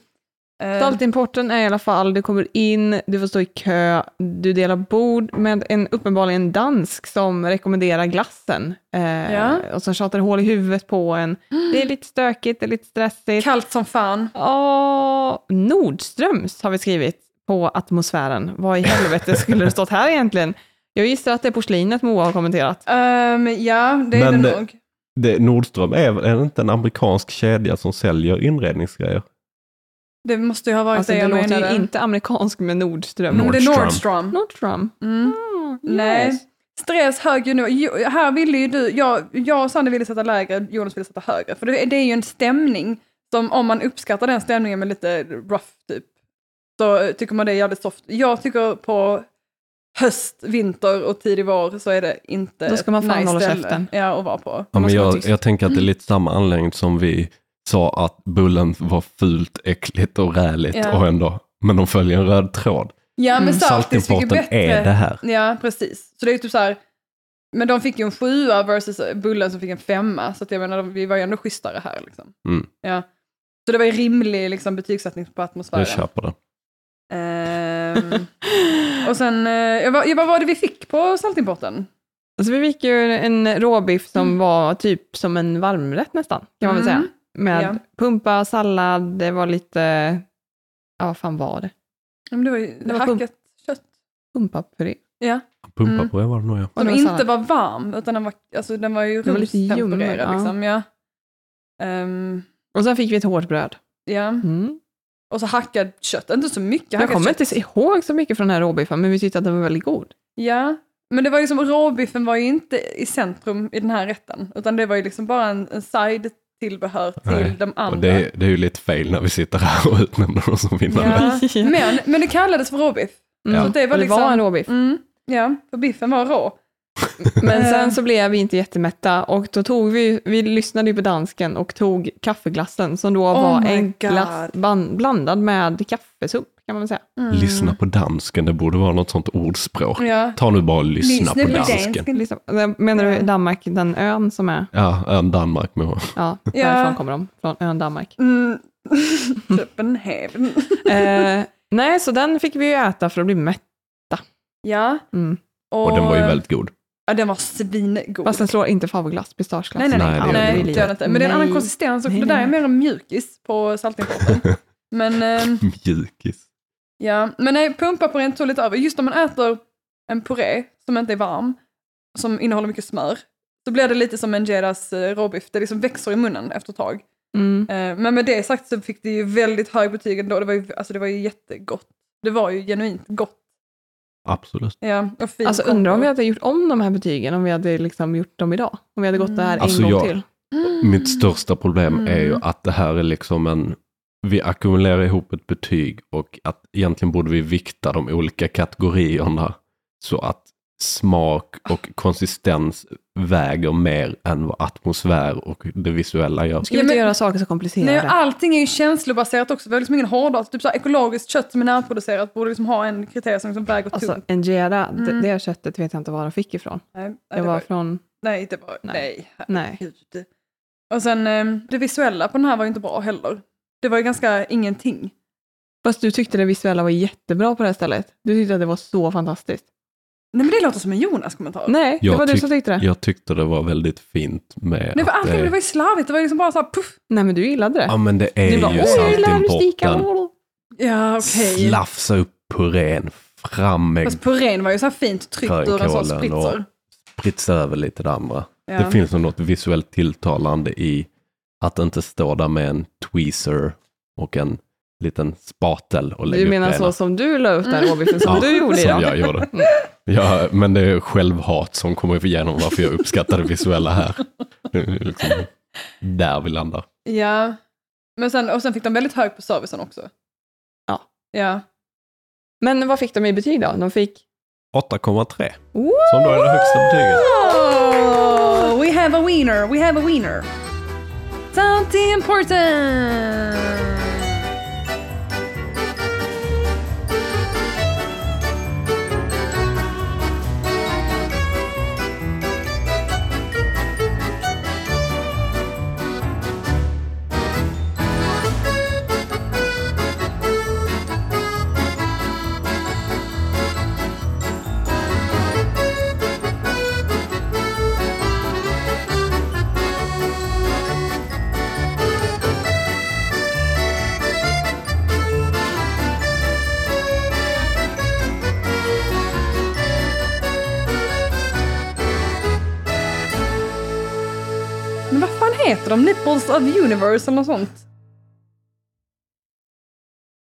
A: Eh,
C: Saltimporten är i alla fall, du kommer in, du får stå i kö, du delar bord med en uppenbarligen dansk som rekommenderar glassen. Eh,
A: Ja.
C: Och som tjatar hål i huvudet på en. Det är lite stökigt, det är lite stressigt.
A: kallt som fan.
C: Åh, Nordströms har vi skrivit på atmosfären. Vad i helvete skulle det stått här egentligen? Jag gissar att det är porslinet Moa har kommenterat.
A: Ehm, ja, det är
B: Men eh,
A: det
B: det-
A: nog.
B: Det, Nordström, är, är det inte en amerikansk kedja som säljer inredningsgrejer?
A: Det måste ju ha varit
C: Alltså,
A: det
C: det
A: jag
C: låter
A: menade.
C: ju inte amerikanskt med Nordström.
A: Men det är
B: Nordstrom.
A: Nordstrom.
C: Nordström.
A: Mm.
C: Mm,
A: Nej.
C: yes.
A: Stress högre nu. Jo, Här ville ju du, jag, jag och Sanne ville sätta lägre, Jonas ville sätta högre. För det är, det är ju en stämning som om man uppskattar den stämningen med lite rough typ, så tycker man det är jävligt soft. Jag tycker på höst, vinter och tidig vår så är det inte
C: Då ska man
A: ett
C: fan
A: nice
C: hålla
A: ställe
C: käften.
A: Ja, att vara på.
B: Ja, men
C: måste vara
B: jag,
C: tyst.
B: jag tänker att det är lite samma anledning som vi sa att bullen var fult, äckligt och räligt
A: Ja.
B: och ändå, men de följer en röd tråd.
A: Ja, men
C: Mm.
A: Saltis fick ju
B: Saltimporten
A: bättre.
B: är det här.
A: Ja, precis. Så det är ju typ så här, men de fick ju en sjua versus Bullen som fick en femma. Så att jag menar, vi var ju ändå schysstare här. Liksom.
B: Mm.
A: Ja. Så det var ju rimlig liksom, betygssättning på
B: Jag
A: atmosfären.
B: köper det.
A: Ehm, och sen, eh, jag var, jag, vad var det vi fick på saltimporten?
C: Alltså vi fick ju en råbiff som var typ som en varmrätt nästan, kan man väl
A: Mm.
C: säga. Med
A: Ja.
C: pumpa, sallad, det var lite, ja vad fan var det?
A: Ja, men det var ju
C: Det var
A: hackat
C: pump.
A: kött.
C: Pumpapuré.
A: Ja,
B: Pumpa
A: Mm.
B: på det var det nog ja.
A: som
C: det var
A: inte
C: sallad.
A: var varm, utan den var, alltså, den var ju
C: Den var lite ljummen,
A: rumstempererad.
C: ja.
A: Liksom, ja. Ehm,
C: Och sen fick vi ett hårt bröd.
A: ja.
C: Mm.
A: Och så hackat kött, inte så mycket
C: Jag
A: hackat
C: kommer
A: kött.
C: inte ihåg så mycket från den här råbiffen, men vi tyckte att den var väldigt god.
A: Ja, men det var liksom, råbiffen var ju inte i centrum i den här rätten, utan det var ju liksom bara en, en side tillbehör till
B: Nej,
A: de andra.
B: Och det, är- det är ju lite fel när vi sitter här och utnämner dem som vinnare.
A: ja.
C: Ja.
A: men, men det kallades för råbiff.
C: Mm.
A: Så det var
C: Och
A: liksom-
C: en råbiff.
A: Mm, ja, för biffen var rå.
C: Men
A: Eh.
C: sen så blev vi inte jättemätta och då tog vi, vi lyssnade ju på dansken och tog kaffeglassen som då
A: Oh
C: var
A: my
C: en
A: God.
C: glass ban- blandad med kaffesump. kan man väl säga.
A: Mm.
B: Lyssna på dansken, det borde vara något sånt ordspråk.
A: Ja.
B: Ta nu bara och lyssna
A: Lyssna
B: på
A: på
B: dansken.
A: dansken.
C: Liksom, menar du
A: Ja.
C: Danmark, den ön som är?
B: Ja, ön Danmark med
C: Ja,
A: Ja.
C: därifrån kommer de, från ön Danmark.
A: Mm. Köpenhamn.
C: Eh, nej, så den fick vi ju äta för att bli mätt.
A: Ja.
C: Mm.
B: Och den var ju väldigt god.
A: Ja, den var svingod.
C: Fast den slår inte favoglass,
A: nej,
C: pistageglass.
A: nej, nej.
B: Nej,
A: Nej,
B: det gör den
A: nej,
B: inte.
A: det gör den inte. Men det är en annan
C: Nej.
A: konsistens och
C: Nej,
A: det där
C: nej,
A: är mer en mjukis på saltimporten. men, ehm,
B: Mjukis.
A: ja. men nej, pumpa på rent tog lite över. Just om man äter en puré som inte är varm, som innehåller mycket smör, så blir det lite som en jedas eh, råbiff. Det liksom växer i munnen efter ett tag.
C: Mm.
A: Eh, Men med det sagt så fick det ju väldigt hög betyg ändå. Det var ju, alltså det var ju jättegott. Det var ju genuint gott.
B: Absolut.
A: Ja, och fint.
C: Alltså undrar om vi hade gjort om de här betygen, om vi hade liksom gjort dem idag. Om vi hade gått det
A: Mm.
C: här
B: Alltså,
C: en gång
B: jag-
C: till.
B: Mm. Mitt största problem är ju att det här är liksom en... Vi ackumulerar ihop ett betyg och att egentligen borde vi vikta de olika kategorierna så att smak och konsistens väger mer än vad atmosfär och det visuella gör.
C: Ska vi
A: Ja,
C: inte
A: men-
C: göra saker så komplicerade?
A: Nej, allting är ju känslobaserat också. Vi har liksom ingen hårdare. Typ så här, ekologiskt kött som är närproducerat borde liksom ha en kriterie som liksom väger
C: Alltså
A: tungt.
C: injera,
A: Mm.
C: det, det köttet vet jag inte var de fick ifrån.
A: Nej, nej,
C: Det var Mm. från,
A: nej, det var, nej.
C: Nej. nej.
A: herregud. Och sen eh, det visuella på den här var ju inte bra heller. Det var ju ganska ingenting.
C: Fast du tyckte det visuella var jättebra på det här stället. Du tyckte att det var så fantastiskt.
A: Nej men det låter som en Jonas-kommentar. Nej,
C: Nej,
B: Jag
C: det var du
B: tyck-
C: som tyckte det.
B: Jag tyckte det var väldigt fint med
A: för
B: att
A: allting det
B: det,
A: var ju slarvigt. Det var ju liksom bara så här puff.
C: Nej, men du gillade det.
B: Ja men det
C: du
B: är
C: bara,
B: ju
C: åh, jag gillar rustika.
B: saltimporten.
A: Ja, okej.
B: Slafsa upp purén, fram med
A: Fast purén var ju så här fint tryckt ur en sån
B: Grönkålen
A: spritzer.
B: spritsa över lite det andra.
A: Ja.
B: Det finns nog något visuellt tilltalande i att inte stå där med en tweezer och en liten spatel och lägga
C: Du
B: upp
C: menar
B: det
C: så Mm.
B: ena.
C: som du la upp den Robin, som
B: Ja,
C: du gjorde
B: som
C: idag?
B: jag gjorde. Ja, men det är självhat som kommer igenom varför jag uppskattar det visuella här. Det är liksom där vi landar.
A: Ja. Men sen, och sen fick de väldigt hög på servicen också.
C: Ja.
A: Ja.
C: Men vad fick de i betyg då? De fick...
B: 8,3
C: Woo!
B: som då är det högsta betyget.
A: Oh, we have a wiener, we have a wiener. Something important! Men vad fan heter de? Nipples of Universe eller något sånt?